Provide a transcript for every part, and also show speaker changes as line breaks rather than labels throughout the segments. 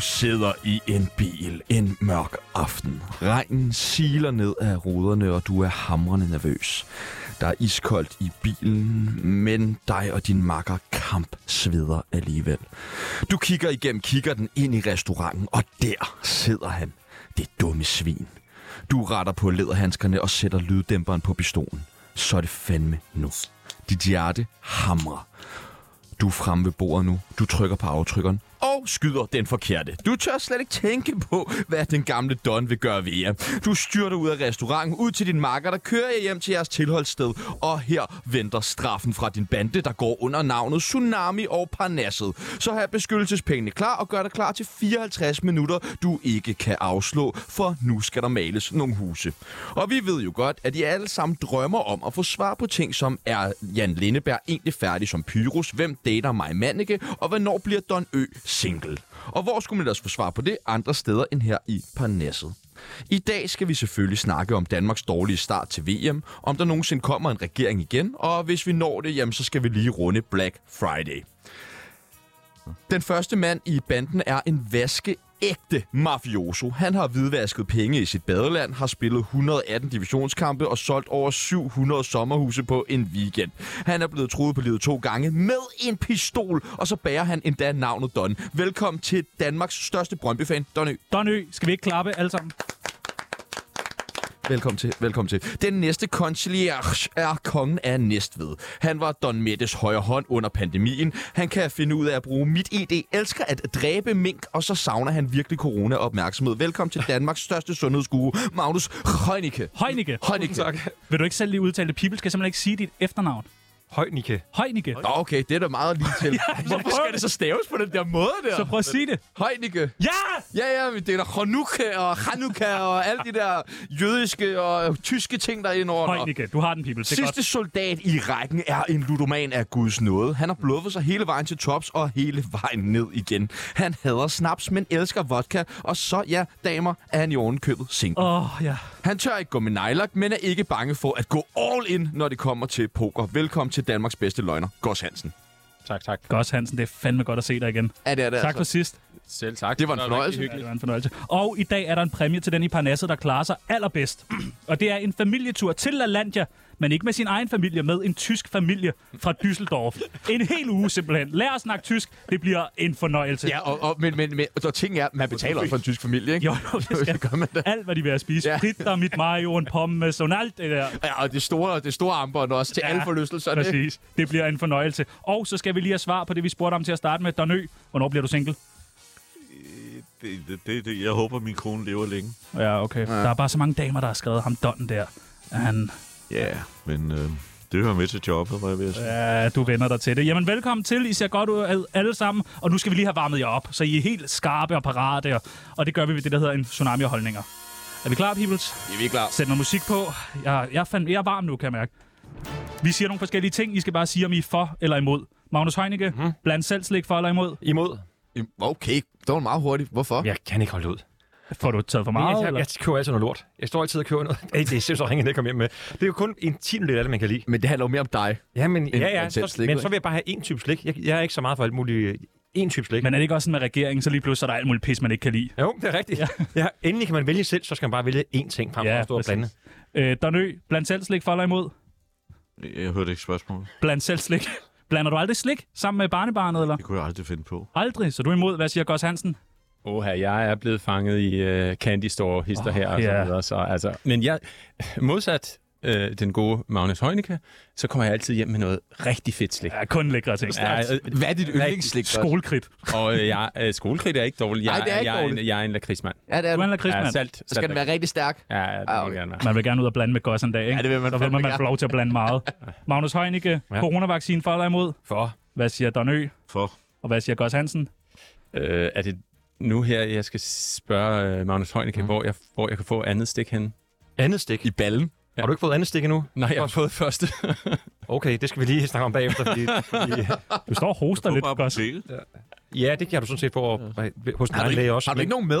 sidder i en bil en mørk aften. Regnen siler ned af ruderne, og du er hamrende nervøs. Der er iskoldt i bilen, men dig og din makker kamp sveder alligevel. Du kigger igennem kigger den ind i restauranten, og der sidder han. Det dumme svin. Du retter på læderhandskerne og sætter lyddæmperen på pistolen. Så er det fandme nu. Dit hjerte hamrer. Du er fremme ved bordet nu. Du trykker på aftrykkeren og skyder den forkerte. Du tør slet ikke tænke på, hvad den gamle Don vil gøre ved jer. Du styrter ud af restauranten, ud til din makker, der kører jer hjem til jeres tilholdssted. Og her venter straffen fra din bande, der går under navnet Tsunami og Parnasset. Så have beskyttelsespengene klar og gør dig klar til 54 minutter, du ikke kan afslå, for nu skal der males nogle huse. Og vi ved jo godt, at I alle sammen drømmer om at få svar på ting som, er Jan Lindeberg egentlig færdig som Pyrus? Hvem dater mig Manneke? Og hvornår bliver Don Ø single? Og hvor skulle man ellers få svar på det andre steder end her i Parnasset? I dag skal vi selvfølgelig snakke om Danmarks dårlige start til VM, om der nogensinde kommer en regering igen, og hvis vi når det, jamen, så skal vi lige runde Black Friday. Den første mand i banden er en vaskeægte mafioso. Han har hvidvasket penge i sit badeland, har spillet 118 divisionskampe og solgt over 700 sommerhuse på en weekend. Han er blevet truet på livet to gange med en pistol, og så bærer han endda navnet Don. Velkommen til Danmarks største Brøndby-fan, Donny.
Donø, skal vi ikke klappe alle sammen?
Velkommen til, velkommen til. Den næste concierge er kongen af Næstved. Han var Don Mettes højre hånd under pandemien. Han kan finde ud af at bruge mit ID, elsker at dræbe mink, og så savner han virkelig corona-opmærksomhed. Velkommen til Danmarks største sundhedsguru, Magnus Heunicke.
Højnike.
Heunicke.
Tak.
Vil du ikke selv lige udtale det? People skal simpelthen ikke sige dit efternavn.
Højnike.
Højnike.
Nå, okay, det er da meget lige til.
Hvorfor skal det
så staves på den der måde der?
Så prøv at sige det.
Heunicke.
Ja!
Ja, ja, men det er da Hanukkah og Hanukkah og alle de der jødiske og tyske ting, der er indover.
Højnike, du har den, People. Det er
Sidste
godt.
soldat i rækken er en ludoman af Guds nåde. Han har bluffet sig hele vejen til tops og hele vejen ned igen. Han hader snaps, men elsker vodka, og så, ja, damer, er han i ovenkøbet single.
Åh, oh, ja.
Han tør ikke gå med nejlagt, men er ikke bange for at gå all in, når det kommer til poker. Velkommen til Danmarks bedste løgner, Gås Hansen.
Tak, tak.
Godt, Hansen, det er fandme godt at se dig igen.
Ja, det er det
Tak for
altså.
sidst.
Selv tak.
Det var en fornøjelse.
Ja, det var en fornøjelse. Og i dag er der en præmie til den i Parnasset, der klarer sig allerbedst. Og det er en familietur til LaLandia, men ikke med sin egen familie, med en tysk familie fra Düsseldorf. En hel uge simpelthen. Lad os snakke tysk. Det bliver en fornøjelse.
Ja, og, og, men, men, men og ting er, man betaler også for en tysk familie, ikke?
Jo, jo, det skal
gør man da.
Alt, hvad de vil have at spise.
Ja.
Ja. Fritter, mit mayo, en pommes, og alt det der.
Ja, og det store, det store armbånd også til ja, alle forlystelserne.
Præcis. Det bliver en fornøjelse. Og så skal vi lige have svar på det, vi spurgte om til at starte med. Donø, hvornår bliver du single?
Det, det, det, det, jeg håber, min kone lever længe.
Ja, okay. Ja. Der er bare så mange damer, der har skrevet ham Don der. Han,
Ja. Yeah. Men øh, det hører med til jobbet, var jeg ved at sige.
ja, du vender dig til det. Jamen, velkommen til. I ser godt ud ad- alle sammen. Og nu skal vi lige have varmet jer op, så I er helt skarpe og parate. Og, og det gør vi ved det, der hedder en tsunami af holdninger. Er vi klar, peoples?
Ja, vi er klar.
Sæt noget musik på. Jeg, jeg, fandt, jeg er varm nu, kan jeg mærke. Vi siger nogle forskellige ting. I skal bare sige, om I er for eller imod. Magnus Heunicke, mm. bland selv slik for eller imod.
Imod.
Okay, det var meget hurtigt. Hvorfor?
Jeg kan ikke holde det ud.
Får du taget for meget?
jeg,
eller?
jeg, jeg køber altid noget lort. Jeg står altid og køber noget. Ej, det er simpelthen ringet, jeg kommer hjem med. Det er jo kun en tiendel af det, man kan lide.
Men det handler jo mere om dig.
Ja, men, ja, ja,
en tæt
så,
slik,
men
ikke?
så vil jeg bare have en type slik. Jeg, jeg er ikke så meget for alt muligt øh, en type slik.
Men er det ikke også sådan med regeringen, så lige pludselig så er der alt muligt pis, man ikke kan lide?
Jo, det er rigtigt. Ja. ja. endelig kan man vælge selv, så skal man bare vælge én ting frem for at stå og blande.
Øh, Donø, bland selv slik for eller imod?
Jeg hørte ikke spørgsmålet.
Bland selv slik. Blander du aldrig slik sammen med barnebarnet, eller?
Det kunne jeg aldrig finde på.
Aldrig, så du er imod. Hvad siger Goss Hansen?
Åh, jeg er blevet fanget i øh, candy store hister oh, her og
ja.
så videre. Så, altså, men jeg, modsat øh, den gode Magnus Heunicke, så kommer jeg altid hjem med noget rigtig fedt slik.
Ja, kun lækre ting. Ja,
øh,
Hvad er dit yndlingsslik?
Skolekridt.
og øh, jeg, øh, skolekridt er ikke dårligt. Jeg,
Nej, det er ikke
jeg, jeg,
dårligt.
en, jeg er en lakridsmand.
Ja, det er
Du
du.
er en
Ja,
lakridsmand.
salt, salt
Så skal den være rigtig stærk.
Ja, ja, det
Ah,
ah,
okay.
okay. gerne være.
Man vil gerne ud og blande med Goss en dag, ikke?
Ja, det vil man
så vil
fandme
man
gerne.
få lov til at blande meget. Magnus Heunicke, ja.
Ja.
coronavaccine for eller imod?
For
Hvad siger Donø?
For
Og hvad siger Goss Hansen?
Øh, er det nu her, jeg skal spørge øh, Magnus Heunicke, mm. hvor, jeg, hvor jeg kan få andet stik hen?
andet stik.
I ballen.
Har du ikke fået andet stik endnu?
Nej, jeg har fået første.
Okay, det skal vi lige snakke om bagefter. Fordi, fordi,
Du står og hoster lidt,
På
Goss.
apoteket.
ja, det kan du sådan set få hos den
Har
egen
du, ikke,
læge også.
har du ikke nogen med?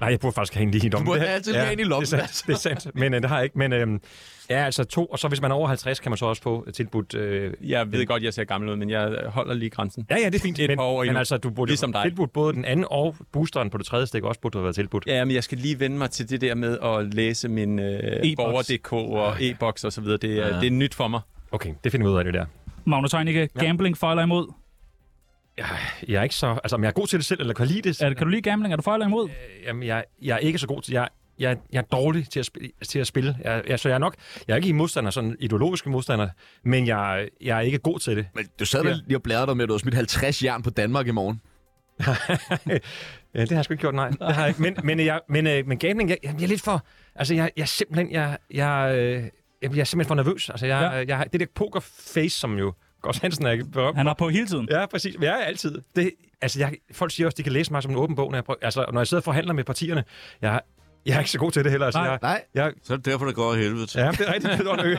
Nej, jeg burde faktisk have en lige i lommen.
burde
Det-
altid have en i lommen, altså.
Det er sandt, det er sandt. men øh, det har jeg ikke. Men øh, ja, altså to, og så hvis man er over 50, kan man så også få tilbudt... Øh,
Jeg ved godt, jeg ser gammel ud, men jeg holder lige grænsen.
ja, ja, det er fint.
Et
men,
par år
men
endnu.
altså, du burde
Ligesom dig.
tilbudt både den anden og boosteren på det tredje stik også burde have været tilbudt.
Ja, men jeg skal lige vende mig til det der med at læse min øh,
E-boks.
borger.dk og e-boks og så videre. Det, er, det er nyt for mig.
Okay, det finder vi ud af det der.
Magnus Heunicke, gambling for eller imod?
Jeg er ikke så... Altså, om jeg er god til det selv, eller kan lide det,
Er, kan du lide gambling? Er du for eller imod?
Jamen, jeg, jeg er ikke så god til... Jeg, jeg, jeg er dårlig til at, spille, til at spille. Jeg, jeg, så jeg er nok... Jeg er ikke i modstander, sådan ideologiske modstander, men jeg, jeg er ikke god til det.
Men du sad vel lige og blærede dig med, at du havde smidt 50 jern på Danmark i morgen.
Ja, det har jeg sgu ikke gjort, nej. Det har jeg ikke. Men, men, jeg, men, øh, men gambling, jeg, jeg er lidt for... Altså, jeg, jeg er simpelthen... Jeg, jeg, øh, jeg er simpelthen for nervøs. Altså, jeg,
Ja.
ja. jeg, har- det der pokerface, som jo Gårds Hansen er berømt.
Han er på hele tiden.
Ja, præcis. Men jeg er altid. Det, altså, jeg, folk siger også, de kan læse mig som en åben bog, når jeg, prøver, altså, når jeg sidder og forhandler med partierne. Jeg, jeg er ikke så god til det heller. Altså,
Nej.
jeg,
Nej.
Jeg,
Så er det derfor, det går af helvede til.
ja, det er rigtigt. Det er dårlig ø.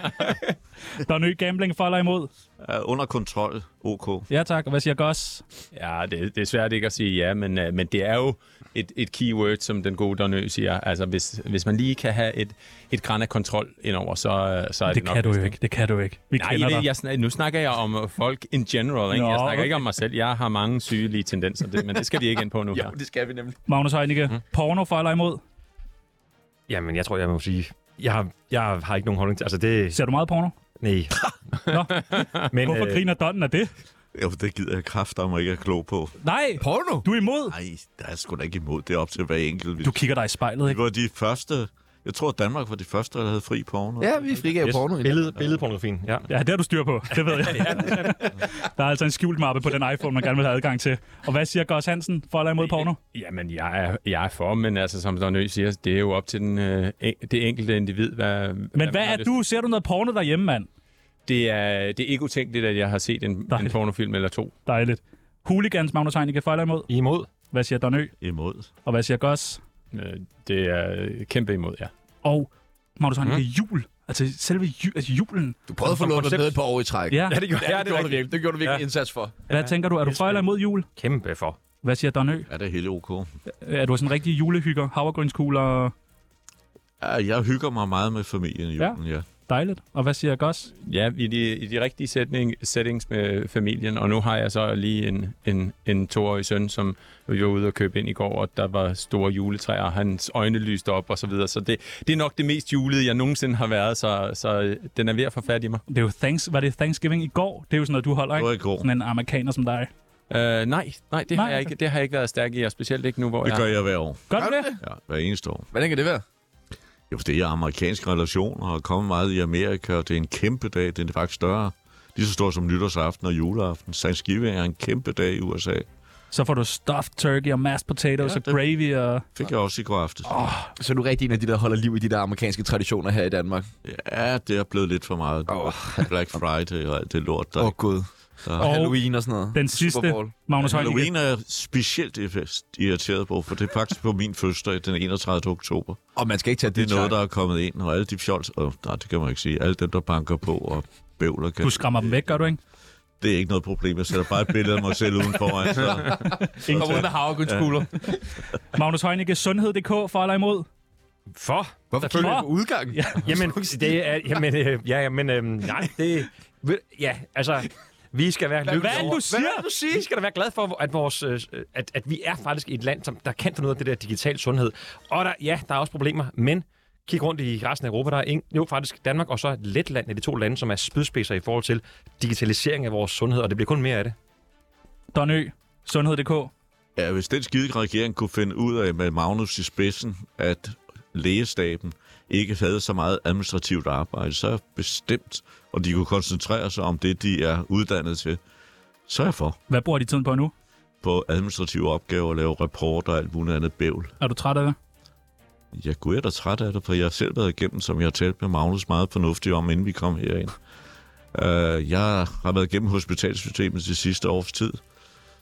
Der er ny gambling for eller imod?
Ja. Under kontrol, OK.
Ja tak, og hvad siger Goss?
Ja, det, det er svært ikke at sige ja, men, øh, men det er jo et, et keyword, som den gode Donø siger. Altså, hvis, hvis man lige kan have et, et græn af kontrol indover, så, øh, så er det,
Det
nok
kan du
vist
jo ikke, det kan du ikke. Vi
Nej,
kender
jeg,
dig.
jeg, snak- nu snakker jeg om øh, folk in general. Ikke?
Nå,
jeg snakker
okay.
ikke om mig selv. Jeg har mange sygelige tendenser, det, men det skal vi ikke ind på nu. her.
det skal vi nemlig.
Magnus Heunicke, porno for eller imod?
Jamen, jeg tror, jeg må sige... Jeg har, jeg har ikke nogen holdning til... Altså, det...
Ser du meget porno?
Nej.
Nå.
Men, øh,
Hvorfor griner Donnen af det?
Jo, det gider jeg kraft om ikke er klog på.
Nej,
Porno?
du er imod.
Nej, der er sgu da ikke imod. Det er op til hver enkelt.
Du kigger dig i spejlet,
Vi
ikke?
var de første... Jeg tror, Danmark var de første, der havde fri porno.
Ja, vi frigav yes. porno. i dag.
Billede, billedpornografien, ja.
Ja, det har du styr på. Det ved jeg. Der er altså en skjult mappe på den iPhone, man gerne vil have adgang til. Og hvad siger Goss Hansen for eller imod porno?
Jamen, jeg er, jeg er for, men altså, som Donø siger, det er jo op til den, øh, en- det enkelte individ. Hvad,
Men hvad
man har
er
lyst
du? Ser du noget porno derhjemme, mand?
Det er, det er ikke utænkeligt, at jeg har set en, en
Dejligt.
pornofilm eller to.
Dejligt. Hooligans Magnus Heunicke for eller imod?
I er imod?
Hvad siger Donø?
Imod.
Og hvad siger Goss?
Øh, Det er kæmpe imod, ja.
Og Magnus Heunicke, jul. Altså selve ju- altså julen.
Du prøvede at få
Som
lukket
koncept.
ned et par år i træk.
Ja,
det gjorde,
det, gjorde du virkelig. Det gjorde du virkelig
Ja.
en indsats for.
hvad tænker du? Er du for eller imod jul?
Kæmpe for.
Hvad siger Donø?
Er det helt OK?
Er du sådan en rigtig julehygger? Havregrynskugler?
Ja, jeg hygger mig meget med familien i
Ja.
julen, ja.
Dejligt. Og hvad siger Goss?
Ja, i de, i de rigtige sætning, settings med familien, og nu har jeg så lige en, en, en toårig søn, som vi var ude og købe ind i går, og der var store juletræer, og hans øjne lyste op og så videre. Så det, det er nok det mest julede, jeg nogensinde har været, så, så den er ved at få fat i mig.
Det er jo thanks, var det Thanksgiving i går? Det er jo sådan noget, du holder,
Det
ikke?
var i går.
Sådan en amerikaner som dig.
Øh, nej, nej, det,
Nej,
har jeg
okay.
ikke, det har jeg ikke været stærk i, og specielt ikke nu, hvor
Det
jeg...
gør jeg hver år.
Gør du det?
Ja, hver eneste år.
Hvordan kan det være?
Jo, det er amerikanske relationer og kommet meget i Amerika, og det er en kæmpe dag. Den er faktisk større. Lige så stor som nytårsaften og juleaften. Thanksgiving er en kæmpe dag i USA.
Så får du stuffed turkey og mashed potatoes ja,
Ja,
og
det-
gravy og...
Fik jeg også i går aftes. Oh.
Så er du rigtig en af de, der holder liv i de der amerikanske traditioner her i Danmark.
Ja, det er blevet lidt for meget.
Åh.
Oh. Black Friday og alt det lort. Der,
Åh, oh, Gud. Og
Og
Halloween og sådan noget.
den sidste,
Super Bowl.
Magnus Heunicke.
Halloween er jeg specielt irriteret på, for det er faktisk på min fødselsdag den 31. oktober.
Og man skal ikke tage
Det er noget,
der...
der er kommet ind, og alle de fjols... Oh, nej, det kan man ikke sige. Alle dem, der banker på og bævler, kan...
Du skræmmer dem væk, gør du ikke?
det er ikke noget problem. Jeg sætter bare et billede af mig selv udenfor. Altså.
Kom ud med havregrynskugler. Ja.
Magnus Heunicke, sundhed.dk for eller imod?
For?
Hvorfor kigger du på udgangen? Ja.
Jamen, det er... Jamen, øh, ja, men øh, nej, det... ved- Ja, altså... Vi skal være lykkelige
Hvad er det,
over-
du siger?
Hvad vil du sige?
Vi skal da være glade for, at, vores, øh, at, at vi er faktisk et land, som, der kan finde noget af det der digital sundhed. Og der, ja, der er også problemer, men kig rundt i resten af Europa. Der er ingen, jo faktisk Danmark og så Letland er de to lande, som er spydspidser i forhold til digitalisering af vores sundhed, og det bliver kun mere af det.
Donø, sundhed.dk.
Ja, hvis den skide regering kunne finde ud af med Magnus i spidsen, at lægestaben ikke havde så meget administrativt arbejde, så bestemt, og de kunne koncentrere sig om det, de er uddannet til, så er jeg for
Hvad bruger de tiden på nu?
på administrative opgaver, lave rapporter og alt muligt andet bævl.
Er du træt af det?
Jeg kunne da træt af det, for jeg har selv været igennem, som jeg har talt med Magnus meget fornuftigt om, inden vi kom herind. Uh, jeg har været igennem hospitalsystemet de sidste års tid,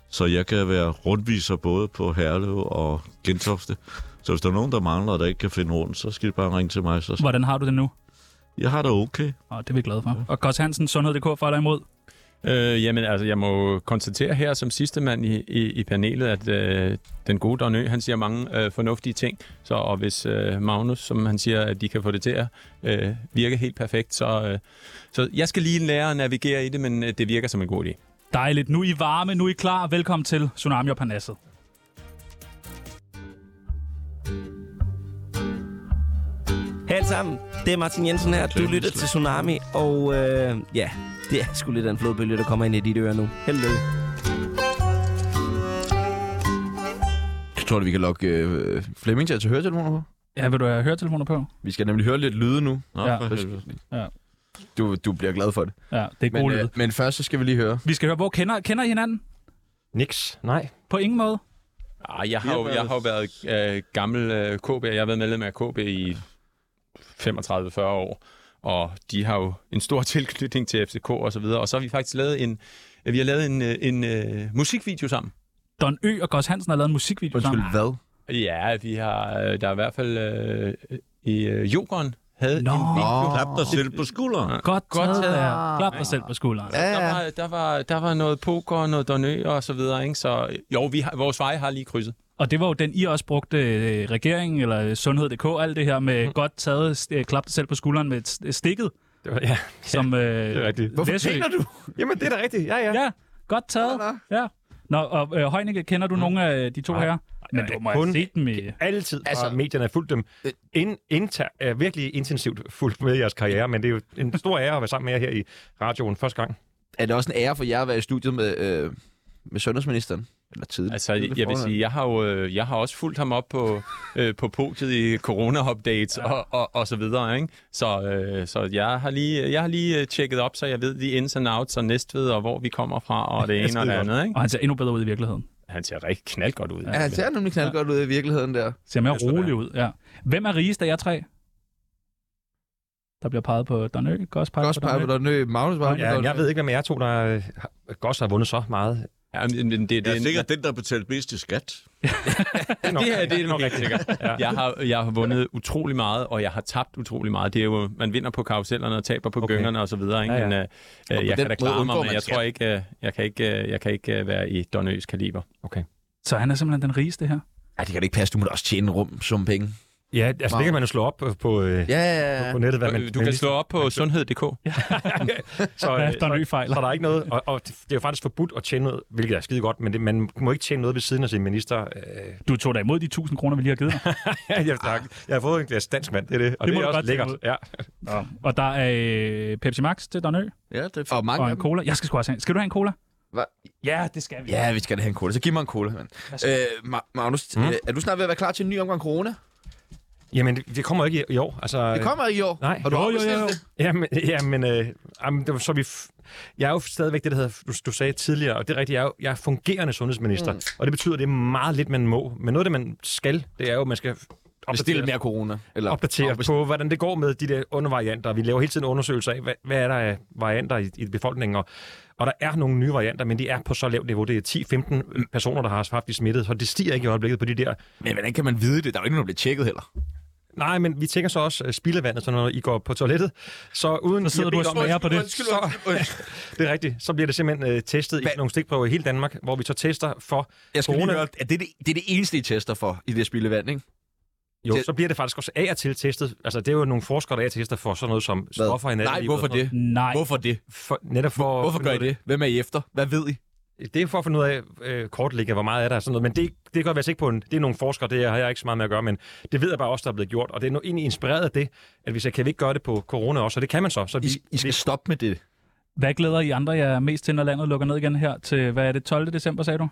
så jeg kan være rundviser både på Herlev og Gentofte. Så hvis der er nogen, der mangler, og der ikke kan finde rundt, så skal de bare ringe til mig. Så
Hvordan har du det nu?
jeg har det okay.
Og det er vi glade for. Og Goss Hansen, sundhed.dk for eller imod?
Øh, jamen, altså, jeg må konstatere her som sidste mand i, i, i panelet, at øh, den gode Donø, han siger mange øh, fornuftige ting. Så, og hvis øh, Magnus, som han siger, at de kan få det til at øh, virke helt perfekt, så, øh, så jeg skal lige lære at navigere i det, men øh, det virker som en god idé.
Dejligt. Nu er I varme, nu er I klar. Velkommen til Tsunami og Parnasset.
Hej alle sammen, det er Martin Jensen her. Du lytter til Tsunami, og øh, ja, det er sgu lidt af en flodbølge, der kommer ind i dit øre nu. Held og lykke.
Jeg tror, at vi kan lokke øh, Flemming til at tage høretelefoner på.
Ja, vil du have høretelefoner på?
Vi skal nemlig høre lidt lyde nu.
Nå,
Ja.
for helvede.
Du, du bliver glad for det.
Ja, det er
Men,
øh,
øh,
gode lyde.
men først så skal vi lige høre.
Vi skal høre, hvor kender, kender I hinanden?
Niks. Nej.
På ingen måde.
Ah, jeg, har jo, jeg har jo været øh, gammel øh, KB, jeg har været medlem af KB i 35-40 år, og de har jo en stor tilknytning til FCK og så videre, og så har vi faktisk lavet en, vi har lavet en, øh, en øh, musikvideo sammen.
Don Ø og Gos Hansen har lavet en musikvideo
Undskyld,
sammen.
hvad?
Ja, vi har, øh, der er i hvert fald øh, i øh, Jokeren havde
Nå.
en video.
Klap dig selv på skulderen.
Godt,
Godt
taget,
taget.
der. Klap dig selv på skulderen.
Ja, ja. Der, var, der, var, der var noget poker, noget donø og så videre, ikke? Så øh, jo, vi har, vores veje har lige krydset.
Og det var jo den, I også brugte øh, regeringen eller øh, sundhed.dk, alt det her med mm. godt taget, øh, klap dig selv på skulderen med st- øh, stikket,
Mhm. Det var, ja,
som øh,
det er rigtigt.
Hvorfor
Læsø.
tænker du?
Jamen, det er da rigtigt. Ja, ja.
Ja, godt taget. Ja. Nå, og øh, Heunicke, kender du mm. nogle af de to her? Men du må have
kun-
set dem i...
Altid altså,
Altså-
har medierne fulgt dem
Øh.
in, inter, er virkelig intensivt fulgt med i jeres karriere, men det er jo en stor ære at være sammen med jer her i radioen første gang.
Er det også en ære for jer at være i studiet med, øh, med sundhedsministeren? Eller tidligt?
Altså,
tidligt
jeg vil
forhånd?
sige, jeg har jo øh, jeg har også fulgt ham op på, øh, på podiet i corona-updates ja. og, og, og så videre, ikke? Så, øh, så jeg har lige, jeg har lige øh, tjekket op, så jeg ved de ins and outs og næstved og hvor vi kommer fra og det ene og det andet, ikke?
Og han ser endnu bedre ud i virkeligheden.
Han ser rigtig knald godt ud.
Ja, han ser nemlig knald godt ud i virkeligheden der.
Ser mere
Det skal
rolig ud, ja. Hvem er rigest af jer tre? Der bliver peget på Don Ø. Godt peget
Godt
på Don Ø.
peget på nø, Magnus var
Ja, jeg ved ikke, hvem af jer to, der øh, har- godt har vundet så meget.
Ja, men det, det,
Det
det,
er sikkert den, der betalte mest i skat.
Det,
det her det er
nok
nok helt sikkert. ja. jeg, har, jeg har vundet utrolig meget, og jeg har tabt utrolig meget. Det er jo, man vinder på karusellerne og taber på
Okay.
okay. gyngerne og så videre. Ikke?
Ja,
Ja,
ja.
ja. Men, øh, øh, jeg
den
kan da
måde
klare mig,
undgår
men
man
jeg tror ikke, øh, jeg kan ikke, øh, jeg kan ikke øh, være i Donøs kaliber.
Så han er simpelthen den rigeste her.
Ej, det kan da ikke passe. Du må da også tjene rum som penge.
Ja, altså det kan man jo slå op øh, på, øh,
Ja, ja, ja.
på nettet. Hvad man,
Øh, du
man
kan
lige-
slå op på sundhed.dk.
så, øh,
Ja, Don Ø fejler.
Så der er ikke noget, og, og det er jo faktisk forbudt at tjene noget, hvilket er skide godt, men det, man må ikke tjene noget ved siden af sin minister. Øh,
Du tog da imod de 1000 kroner, vi lige har givet dig.
jeg, tak. jeg har fået en glas dansk vand, det er det, og
Det
det,
må
det er
du
også
godt
lækkert.
tage
Ja.
Nå. Og der er øh, Pepsi Max til Don Ø.
ja det er og mange
Og
af
en
dem.
cola. Jeg skal sgu også have en. Skal du have en cola?
Hva?
Ja, det skal vi.
Ja, vi skal da have en cola. Så giv mig en cola, mand. Øh, Ma- Magnus, mm. øh, er du snart ved at være klar til en ny omgang corona?
Jamen, det, det kommer ikke i, i år. Altså,
Det kommer ikke i år.
Nej.
Har du
Jo, jo,
afbestilt
jo, jo.
det?
Jamen, jamen, øh, jamen det var, så er vi f- jeg er jo stadigvæk det, der hedder, du, du sagde tidligere, og det er rigtigt, jeg er, jo, jeg er fungerende sundhedsminister, mm. og det betyder, at det er meget lidt, man må. Men noget af det, man skal, det er jo, at man skal
Bestil
opdatere,
mere corona. Eller
opdatere på, hvordan det går med de der undervarianter. Vi laver hele tiden undersøgelser af, hvad, hvad er der af varianter i, i befolkningen, og, og der er nogle nye varianter, men de er på så lavt niveau. Det er 10-15 personer, der har haft de smittet, så det stiger ikke i øjeblikket på de der
Men hvordan kan man vide det? Der er jo ikke nogen, der bliver tjekket heller.
Nej, men vi tænker så også øh, spildevandet, så når I går på toilettet, så uden...
Så sidder
I har
du og
bedt om-
smager på det.
Undskyld, undskyld, undskyld. det er rigtigt. Så bliver det simpelthen øh, testet i
Hvad?
nogle stikprøver i hele Danmark, hvor vi så tester for
Jeg skal
corona.
lige høre, er det, det, det er det eneste, I tester for i det spildevand, ikke?
Jo,
Det-
så bliver det faktisk også af og til testet. Altså, det er jo nogle forskere, der af og til tester for sådan noget som stoffer i
Nej,
nattelivet
hvorfor
og sådan
det?
Nej.
Hvorfor det?
noget. For, netop for,
Hvorfor gør I det? Hvem er I efter? Hvad ved I?
det? Det er for at finde ud af øh, kortlægge, hvor meget er der og sådan noget. Men det, det gør vi altså ikke på en... Det er nogle forskere, det har jeg ikke så meget med at gøre, men det ved jeg bare også, der er blevet gjort. Og det er nu egentlig inspireret af det, at vi sagde, kan vi ikke gøre det på corona også? Og det kan man så. så vi,
I, I skal stoppe med det.
Hvad glæder I andre jer mest til, når landet lukker ned igen her til, hvad er det, 12. december, sagde du?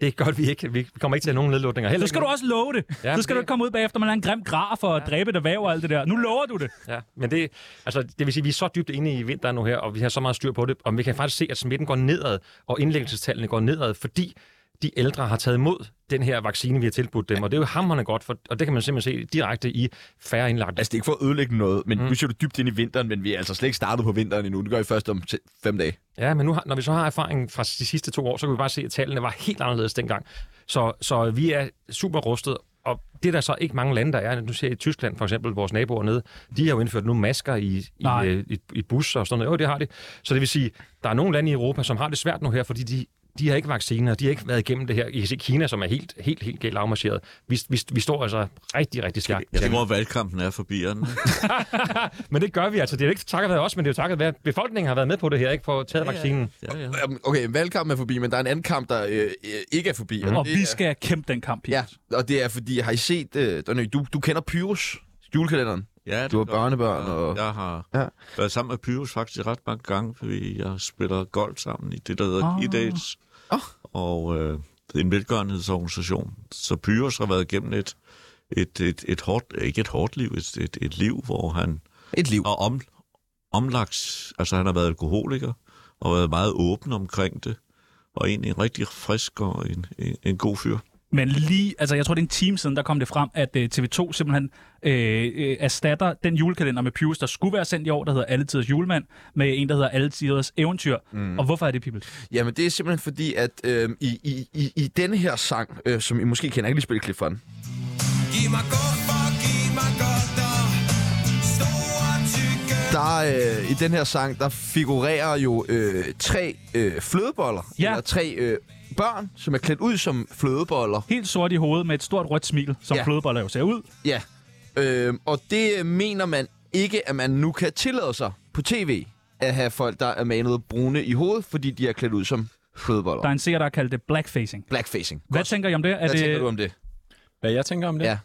det gør vi ikke. Vi kommer ikke til at have nogen nedlukninger. Heller
Så skal
ikke-
du også love det.
Ja,
så skal
det-
du ikke komme ud bagefter, man er en grim graf og ja. dræbe der væv og alt det der. Nu lover du det.
Ja, men det, altså, det vil sige, at vi er så dybt inde i vinteren nu her, og vi har så meget styr på det, og vi kan faktisk se, at smitten går nedad, og indlæggelsestallene går nedad, fordi de ældre har taget imod den her vaccine, vi har tilbudt dem, og det er jo hammerende godt, for, og det kan man simpelthen se direkte i færre indlagte.
Altså, det er ikke for at ødelægge noget, men mm. nu ser du dybt ind i vinteren, men vi er altså slet ikke startet på vinteren endnu. Det gør I først om t- fem dage.
Ja, men nu har, når vi så har erfaringen fra de sidste to år, så kan vi bare se, at tallene var helt anderledes dengang. Så, så vi er super rustet, og det er der så ikke mange lande, der er. Nu ser jeg i Tyskland for eksempel, vores naboer nede, de har jo indført nu masker i, i,
Nej.
øh, i, i busser og sådan noget. Jo, det har de. Så det vil sige, der er nogle lande i Europa, som har det svært nu her, fordi de, de har ikke vacciner, de har ikke været igennem det her. I kan se Kina, som er helt, helt, helt galt afmarcheret. Vi, vi, vi står altså rigtig, rigtig stærkt.
Jeg tror, at valgkampen er forbi. er den?
Men det gør vi altså. Det er jo ikke takket være os, men det er jo takket være, at befolkningen har været med på det her, ikke for at tage ja, vaccinen. Ja.
Jamen, Øhm, Okay, valgkampen er forbi, men der er en anden kamp, der øh, øh, ikke er forbi.
Og
det
vi
er-
skal kæmpe den kamp,
Ja,
Pia.
og det er fordi, har I set... Øh, Donny, du, du kender Pyrus, julekalenderen.
Ja, det
Du har
gør jeg.
børnebørn og...
Jeg har
Ja.
ja. været sammen med Pyrus faktisk ret mange gange, fordi jeg spiller golf sammen i det, der hedder
Ah.
oh. G-Dates.
Åh.
Og øh, det er en velgørenhedsorganisation. Så Pyrus har været igennem et, et, et, et hårdt, ikke et hårdt liv, et, et, et liv, hvor han
Et liv.
har om, omlagt, altså han har været alkoholiker, og været meget åben omkring det, og egentlig en rigtig frisk og en, en, en god fyr.
Men lige, altså jeg tror det er en time siden, der kom det frem, at øh, TV2 simpelthen øh, øh, erstatter den julekalender med Pius, der skulle være sendt i år, der hedder Alle Tiders Julemand, med en, der hedder Alle Tiders Eventyr. Mm. Og hvorfor er det, people?
Jamen, det er simpelthen fordi, at øh, i, i, i, i denne her sang, øh, som I måske kender, jeg kan lige spille et klip for den.
Giv mig godt for, giv mig godt og store tykke
Der, øh, I den her sang, der figurerer jo øh, tre øh, flødeboller,
Ja.
eller tre øh, børn, som er klædt ud som flødeboller.
Helt sort i hovedet med et stort rødt smil, som
Ja.
ja. flødeboller jo ser ud.
Ja. Øh, og det øh, mener man ikke, at man nu kan tillade sig på tv, at have folk, der er manet brune i hovedet, fordi de er klædt ud som flødeboller.
Der er en seer, der har kaldt det blackfacing.
Blackfacing.
Hvad tænker I om det? Er
Hvad
det...
tænker du om det?
Hvad jeg tænker om det?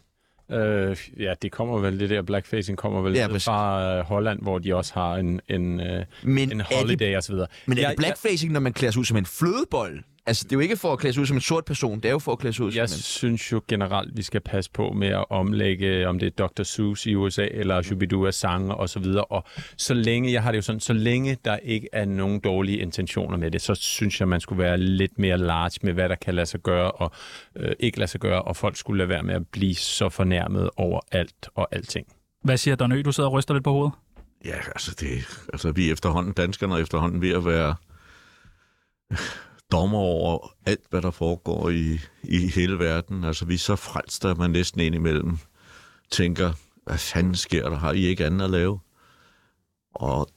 Øh, ja, det kommer vel, det der blackfacing kommer vel
Ja,
ja,
præcis.
fra øh, Holland, hvor de også har en, en, øh,
Men
en
er det,
holiday og så videre.
men er
Jeg-
det blackfacing, når man klæder sig ud som en flødebold? Altså, det er jo ikke for at klæde sig ud som en sort person, det er jo for at klæde sig ud
Jeg, jeg
som en...
synes jo generelt, vi skal passe på med at omlægge, om det er Dr. Seuss i USA, eller Shubidua sange og så videre. Og så længe, jeg har det jo sådan, så længe der ikke er nogen dårlige intentioner med det, så synes jeg, man skulle være lidt mere large med, hvad der kan lade sig gøre og øh, ikke lade sig gøre, og folk skulle lade være med at blive så fornærmet over alt og alting.
Hvad siger Don Ø? Du sidder og ryster lidt på hovedet.
Ja, altså, det, altså vi er efterhånden, danskerne er efterhånden ved at være dommer over alt, hvad der foregår i, i hele verden. Altså, vi er så frelst, at man næsten indimellem tænker, hvad fanden sker der? Har I ikke andet at lave? Og,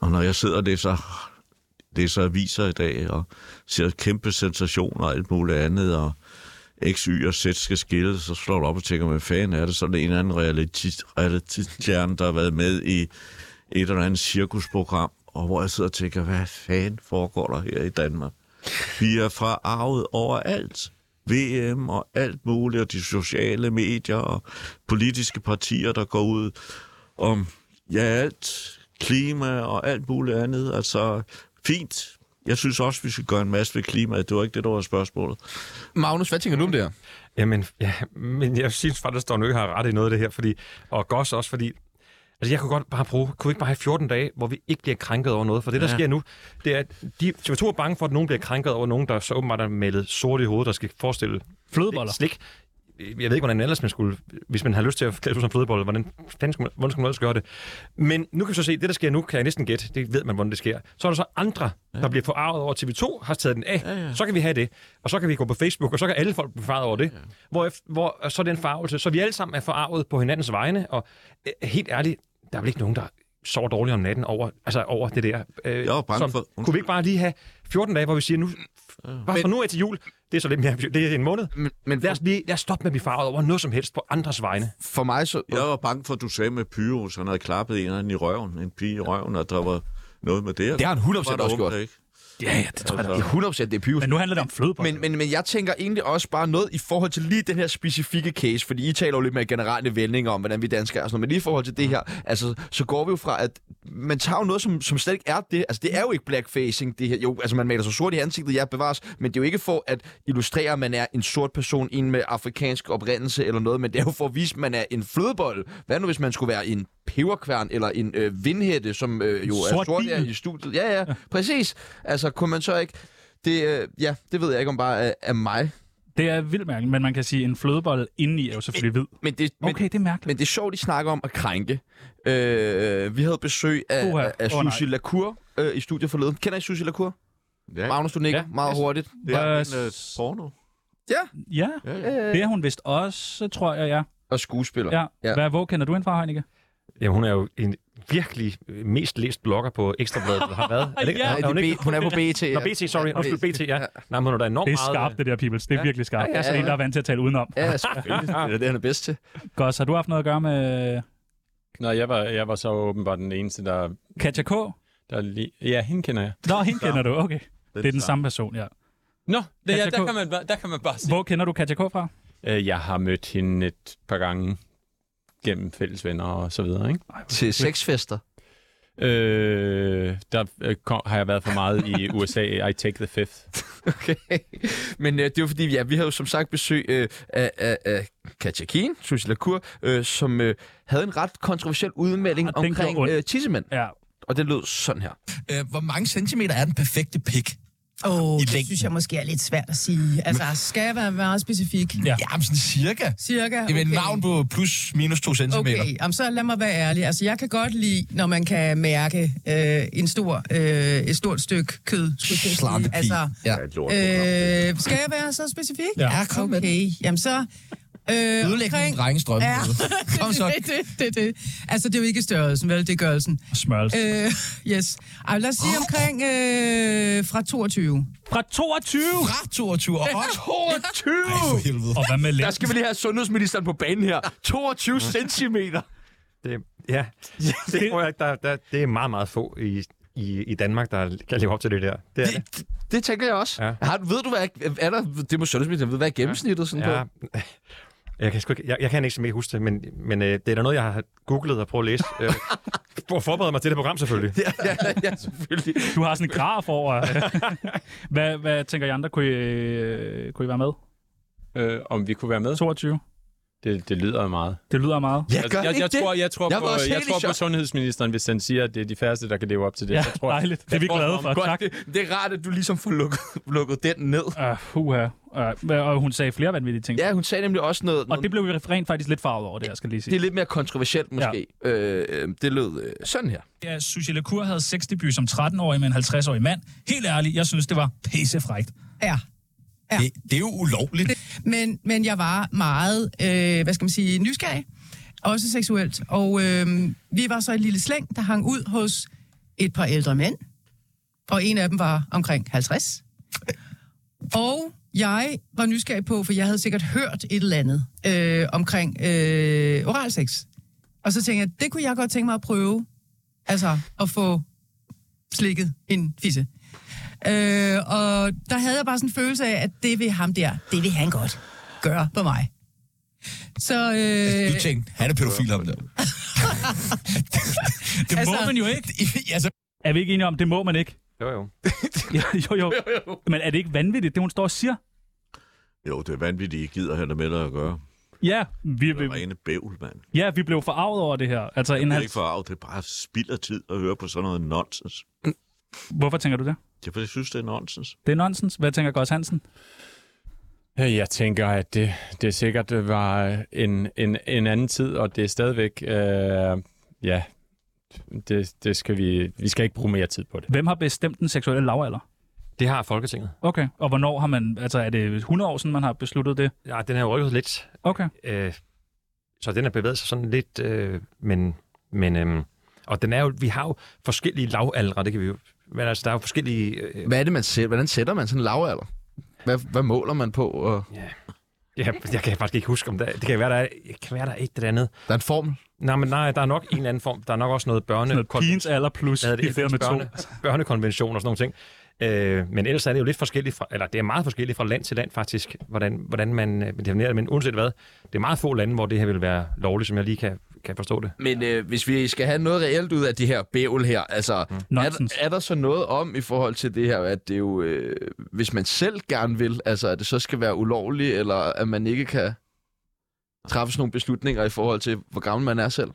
og når jeg sidder og læser, læser aviser i dag, og ser kæmpe sensationer og alt muligt andet, og X, Y og Z skal skille, så slår du op og tænker, hvad fanden er det? Så er det en eller anden reality- reality-stjerne, der har været med i et eller andet cirkusprogram, og hvor jeg sidder og tænker, hvad fanden foregår der her i Danmark? Vi er fra arvet overalt. VM og alt muligt, og de sociale medier og politiske partier, der går ud om ja, alt, klima og alt muligt andet. Altså, fint. Jeg synes også, vi skal gøre en masse ved klimaet. Det var ikke det, der var spørgsmålet.
Magnus, hvad tænker du om det her?
Jamen, ja, men jeg synes faktisk, at Stornø har ret i noget af det her, fordi, og Goss også, fordi Altså, jeg kunne godt bare bruge, kunne vi ikke bare have 14 dage, hvor vi ikke bliver krænket over noget? For det, der ja. sker nu, det er, at de, TV2 er bange for, at nogen bliver krænket over nogen, der så åbenbart er meldet sort i hovedet, der skal forestille
Flødeboller.
slik. Jeg ved ikke, hvordan ellers man skulle, hvis man har lyst til at klæde sig ud som flødebolle, hvordan, fanden skulle man, hvordan skulle man ellers gøre det? Men nu kan vi så se, det der sker nu, kan jeg næsten gætte, det ved man, hvordan det sker. Så er der så andre, der bliver forarvet over, at TV2 har taget den af. Ja, ja. Så kan vi have det, og så kan vi gå på Facebook, og så kan alle folk blive forarvet over det. Ja. Hvor, ef- hvor og så er det en farvelse, så vi alle sammen er forarvet på hinandens vegne, og øh, helt ærligt, der er vel ikke nogen, der sover dårligt om natten over, altså over det der. Øh,
Jeg var bange for-
Kunne vi ikke bare lige have 14 dage, hvor vi siger, nu, bare fra nu af til jul, det er så lidt mere, det er en måned,
Men, men
Lad
for,
os, lige, lad os stoppe med at blive farvet over noget som helst på andres vegne.
for mig så...
Jeg var bange for, at du sagde med Pyrus, han havde klappet en eller anden i røven, en pige i røven, og der var noget med det.
Det har han 100%
Var der
også gjort.
åbenbart Ikke?
Ja, ja, det tror jeg da.
Det er 100% det er Pyrus.
Men nu handler det om flødeboller.
Men, men, men jeg tænker egentlig også bare noget i forhold til lige den her specifikke case, fordi I taler jo lidt mere generelle vendinger om, hvordan vi danskere er og sådan noget, men lige i forhold til det her, altså, så går vi jo fra, at man tager jo noget, som, som slet ikke er det. Altså, det er jo ikke blackfacing, det her. Jo, altså, man maler sig sort i ansigtet, ja, bevares, men det er jo ikke for at illustrere, at man er en sort person, en med afrikansk oprindelse eller noget, men det er jo for at vise, at man er en flødebold. Hvad nu, hvis man skulle være en peberkværn eller en øh, vindhætte, som øh, jo er
Sort
sort
bil.
her i studiet? Ja, ja, præcis. Altså, kunne man så ikke... Det, øh, ja, det ved jeg ikke om bare er, er mig.
Det er vildt mærkeligt, men man kan sige, at en flødebolle indeni er jo selvfølgelig hvid.
Men det, men,
Okay, det er mærkeligt.
men det er sjovt, de snakker om at krænke. Øh, vi havde besøg af,
Uha.
af, af
Åh, nej.
Susie Lacour øh, i studiet forleden. Kender I Susie Lacour?
Ja,
Magnus, du nikker
Ja,
meget
yes.
hurtigt.
det er
Øh,
en øh, porno.
Ja.
Ja,
Ja, ja.
det er hun vist også, tror jeg, ja.
Og skuespiller.
ja.
Ja.
ja. Hvad, hvor kender du hende fra, Heineke?
Jamen, hun er jo en virkelig øh, mest læst blogger på Ekstrabladet, der har været. Er det,
Ja.
er
Nej,
hun
det er
ikke?
B, hun er på BT.
Nå, BT, sorry. Undskyld, BT, ja. Nej, men hun er da enormt
Det er
meget...
skarpt, det der, Peoples. Det er virkelig skarpt. øh, Ja, ja, ja. Så en, der er vant til at tale udenom.
Ja, selvfølgelig. Det er det, han er bedst til.
Godt, har du haft noget at gøre med øh,
Nå, jeg var, jeg var så åbenbart den eneste, der,
Katja K?
der lige... Ja, hende kender jeg.
Nå, hende kender du, okay. Det er den samme person, ja.
Nå, det, ja,
Katja
der,
K.
kan man, bare- der kan man bare se.
Hvor kender du Katja K fra?
Øh, Jeg har mødt hende et par gange gennem fælles venner og så videre, ikke?
Til sexfester.
Øh, der øh, kom, har jeg været for meget i USA. I take the fifth.
Okay. Men øh, det er jo fordi, ja, vi havde jo som sagt besøg øh, af, af, af Katja Keen, Susie Lacour, øh, som øh, havde en ret kontroversiel udmelding
Ah, den gjorde
omkring
ondt.
øh, tissemænd.
Ja.
Og det lød sådan her.
Øh, hvor mange centimeter er den perfekte pik?
Åh,
I
oh, det
længden.
synes jeg måske er lidt svært at sige. Altså, skal jeg være meget specifik?
Ja.
Jamen, sådan cirka.
Cirka,
Det er
okay.
vel en navn på plus minus 2 centimeter.
Okay, jamen, så lad mig være ærlig. Altså, jeg kan godt lide, når man kan mærke øh, en stor, øh, et stort stykke kød. skulle jeg til at sige.
Slantepi.
Altså,
Ja.
øh, skal jeg være så specifik?
Ja. Ja, kom med
Okay, jamen så... Øh,
Ødelæg
omkring-
din drengestrømme.
Ja,
Kom så.
det, det, det, det. Altså, det er jo ikke størrelsen, vel? Det er gørelsen.
Smørelse.
Øh, yes. Ej, lad os sige omkring øh, fra 22.
Fra 22!
Fra 22 og op.
22!
Ej, for helvede.
Og hvad med
Der
længden?
skal vi lige have sundhedsministeren på banen her. 22 centimeter.
øh, Det, ja, det, tror jeg, der, der, det er meget, meget få i, i, i Danmark, der kan leve op til det der. Det er det.
Det, det tænker jeg også. Ja.
Ja.
Har, ved du, hvad er der, det må sundhedsministeren vide, hvad er gennemsnittet sådan ja.
Ja,
på?
jeg kan, sgu ikke, jeg, jeg kan ikke så meget huske det, men, men øh, det er da noget, jeg har googlet og prøvet at læse. Øh, for at forberede mig til det program, selvfølgelig.
Ja, ja, ja, selvfølgelig.
Du har sådan en graf over... hvad, hvad tænker I andre? Kunne I, øh, kunne I være med?
Øh, om vi kunne være med?
22?
Det, det lyder meget. Altså,
Det lyder meget.
Ja, gør
jeg, jeg,
ikke
jeg,
det?
tror, jeg tror,
Jeg
på,
var også
jeg
helt i
tror på
chok.
sundhedsministeren, hvis han siger, at det er de færreste, der kan leve op til det.
Ja,
jeg tror,
dejligt. Det er vi
jeg tror,
glade
om-
for.
Godt,
Tak.
det, det er rart, at du ligesom får lukket, lukket den ned.
Uh, uha. Uh, og hun sagde flere vanvittige ting.
Ja, hun sagde nemlig også noget...
Og det blev vi rent faktisk lidt farvet over, det her, skal jeg lige
det er
sige.
lidt mere kontroversielt måske. Ja. Øh, øh, det lød øh, sådan her.
Ja, Susie Lecour havde sexdebut som 13-årig med en 50-årig mand. Helt ærligt, jeg synes, det var pissefrægt.
Ja.
Det, det er jo ulovligt.
Men, men jeg var meget, øh, hvad skal man sige, nysgerrig. Også seksuelt. Og øh, vi var så et lille slæng, der hang ud hos et par ældre mænd. Og en af dem var omkring 50. Og jeg var nysgerrig på, for jeg havde sikkert hørt et eller andet øh, omkring øh, oralsex. Og så tænkte jeg, det kunne jeg godt tænke mig at prøve. Altså at få slikket en fisse. Øh, og der havde jeg bare sådan en følelse af, at det vil ham der, det vil han godt gøre på mig. Så, øh,
Altså,
Du tænkte, han er pædofil ham der.
Det
Altså-
må man jo ikke.
altså,
Er vi ikke enige om, det må man ikke?
Jo, jo.
Ja, jo, jo. Men er det ikke vanvittigt, det hun står og siger?
Jo, det er vanvittigt, I gider have det med dig at gøre.
Ja, vi,
Det er
vi,
rene bævl, mand.
ja, vi blev forarvet over det her. Altså, en
Det er
halv...
ikke for arv, det er bare spild af tid at høre på sådan noget nonsens.
Hvorfor tænker du det?
Jeg, jeg synes, det er nonsens.
Det er nonsens. Hvad tænker Gås Hansen?
Øh, Jeg tænker, at det, det sikkert var øh, en, en, en anden tid, og det er stadigvæk... Øh, ja, det, det skal vi... Vi skal ikke bruge mere tid på det.
Hvem har bestemt den seksuelle lavalder?
Det har Folketinget.
Okay. Og hvornår har man... Altså, er det 100 år siden, man har besluttet det?
Ja, den har jo rykket lidt
Okay.
Øh, så den har bevæget sig sådan lidt, øh, men, men øh, og den er jo, vi har jo forskellige lavaldre, det kan vi jo, men altså, der er jo forskellige, øh,
Hvad er det, man sætter? Hvordan sætter man sådan en lavalder? Hvad, hvad måler man på? Og
ja, jeg kan faktisk ikke huske, om der, det kan være, der er, kan være, der er et eller andet.
der er en formel.
Nej, men nej, der er nok en eller anden form, der er nok også noget børne...
Sådan noget pigens alder plus
hvad hedder
det, med to.
børne, børnekonvention og sådan nogle ting. Øh, men ellers er det jo lidt forskelligt, fra, eller det er meget forskelligt fra land til land faktisk, hvordan, hvordan man øh, definerer det. Men uanset hvad, det er meget få lande, hvor det her vil være lovligt, som jeg lige kan, kan forstå det.
Men øh, hvis vi skal have noget reelt ud af det her bævl her, altså, mm. er,
Nonsens.
er der så noget om i forhold til det her, at det jo, øh, hvis man selv gerne vil, altså, at det så skal være ulovligt, eller at man ikke kan træffe sådan nogle beslutninger i forhold til, hvor gammel man er selv?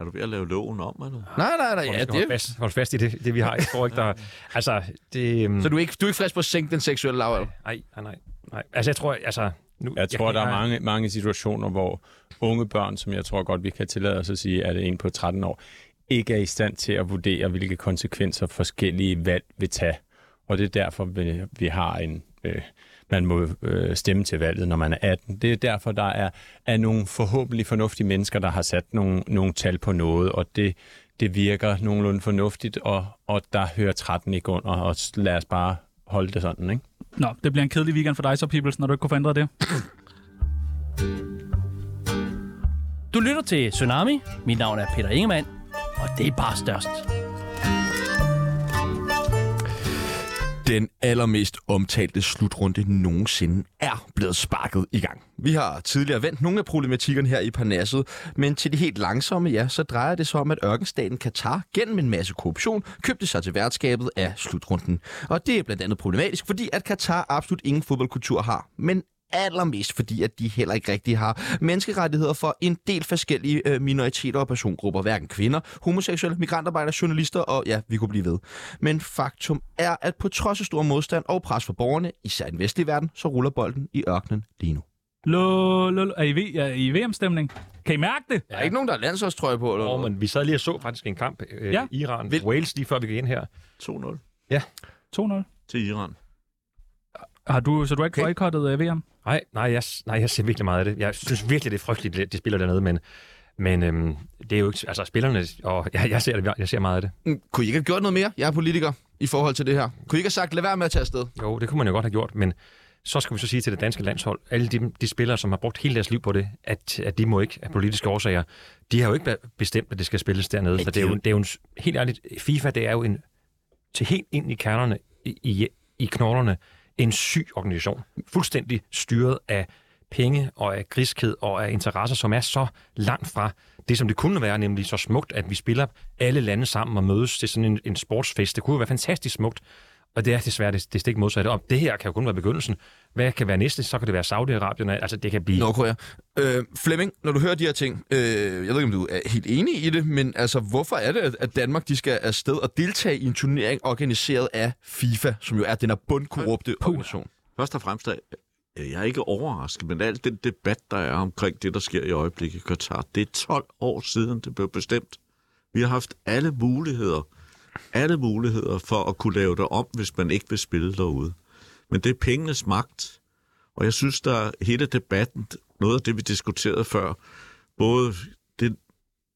Er du ved at lave loven om, eller?
Nej, nej, nej, ja,
ja, holde,
det
fast, holde fast i det, det vi har. Jeg tror ikke, der... Altså, det... øhm,
Så du er ikke, du er ikke frisk på at sænke den seksuelle lavalder?
Nej, nej, nej, nej. Altså, jeg tror, altså... Nu,
Jeg tror, der er
nej.
mange, mange situationer, hvor unge børn, som jeg tror godt, vi kan tillade os at sige, at en på 13 år, ikke er i stand til at vurdere, hvilke konsekvenser forskellige valg vil tage. Og det er derfor, vi- vi har en øh, man må øh, stemme til valget, når man er 18. Det er derfor, der er, er nogle forhåbentlig fornuftige mennesker, der har sat nogle, nogle tal på noget, og det, det virker nogenlunde fornuftigt, og, og der hører 13 ikke under, og s- lad os bare holde det sådan, ikke?
Nå, det bliver en kedelig weekend for dig så, Peoples, når du ikke kunne forandre det.
Du lytter til Tsunami. Mit navn er Peter Ingemann, og det er bare størst.
Den allermest omtalte slutrunde nogensinde er blevet sparket i gang. Vi har tidligere vendt nogle af problematikkerne her i Parnasset, men til de helt langsomme, ja, så drejer det sig om, at ørkenstaten Katar gennem en masse korruption købte sig til værtskabet af slutrunden. Og det er blandt andet problematisk, fordi at Katar absolut ingen fodboldkultur har, men allermest fordi, at de heller ikke rigtig har menneskerettigheder for en del forskellige øh, minoriteter og persongrupper, hverken kvinder, homoseksuelle, migrantarbejdere, journalister og ja, vi kunne blive ved. Men faktum er, at på trods af stor modstand og pres fra borgerne, især i den vestlige verden, så ruller bolden i ørkenen lige nu.
Lå, lå, lå. Er I, v- er I VM-stemning? Kan I mærke det?
Der er ikke nogen, der har landsholdstrøje på. Eller?
Og man, vi sad lige og så faktisk en kamp, øh,
Ja.
ja. Iran,
Vildt.
Wales, lige før vi gik ind her.
2-0
2-0.
til Iran.
Har du, så du har ikke
Okay.
boykottet øh, VM?
Nej, nej, jeg, nej, jeg ser virkelig meget af det. Jeg synes virkelig, det er frygteligt, det de spiller dernede, men, men øhm, det er jo ikke... Altså, spillerne... Og jeg, jeg, ser, det, jeg ser meget af det.
Mm, Kunne I ikke have gjort noget mere? Jeg er politiker i forhold til det her. Kunne I ikke have sagt, lad være med at tage afsted?
Jo, det kunne man jo godt have gjort, men så skal vi så sige til det danske landshold, alle de, de spillere, som har brugt hele deres liv på det, at, at de må ikke af politiske årsager, de har jo ikke bestemt, at det skal spilles dernede. Så det er jo, det er jo en, s- helt ærligt, FIFA, det er jo en, til helt ind i kernerne, i, i, i knoglerne, en syg organisation. Fuldstændig styret af penge og af griskhed og af interesser, som er så langt fra det, som det kunne være, nemlig så smukt, at vi spiller alle lande sammen og mødes til sådan en, en sportsfest. Det kunne jo være fantastisk smukt, og det er desværre det, det stik modsatte. Og det her kan jo kun være begyndelsen. Hvad kan være næste? Så kan det være Saudi-Arabien. Altså, det kan blive...
Nordkorea. Øh, Flemming, når du hører de her ting, øh, jeg ved ikke, om du er helt enig i det, men altså, hvorfor er det, at- at Danmark de skal afsted og deltage i en turnering organiseret af FIFA, som jo er den her bundkorrupte organisation?
Først og fremmest er øh, jeg er ikke overrasket, men al den debat, der er omkring det, der sker i øjeblikket i Katar, det er 12 år siden, det blev bestemt. Vi har haft alle muligheder, alle muligheder for at kunne lave det om, hvis man ikke vil spille derude. Men det er pengenes magt, og jeg synes, der er hele debatten, noget af det, vi diskuterede før, både det,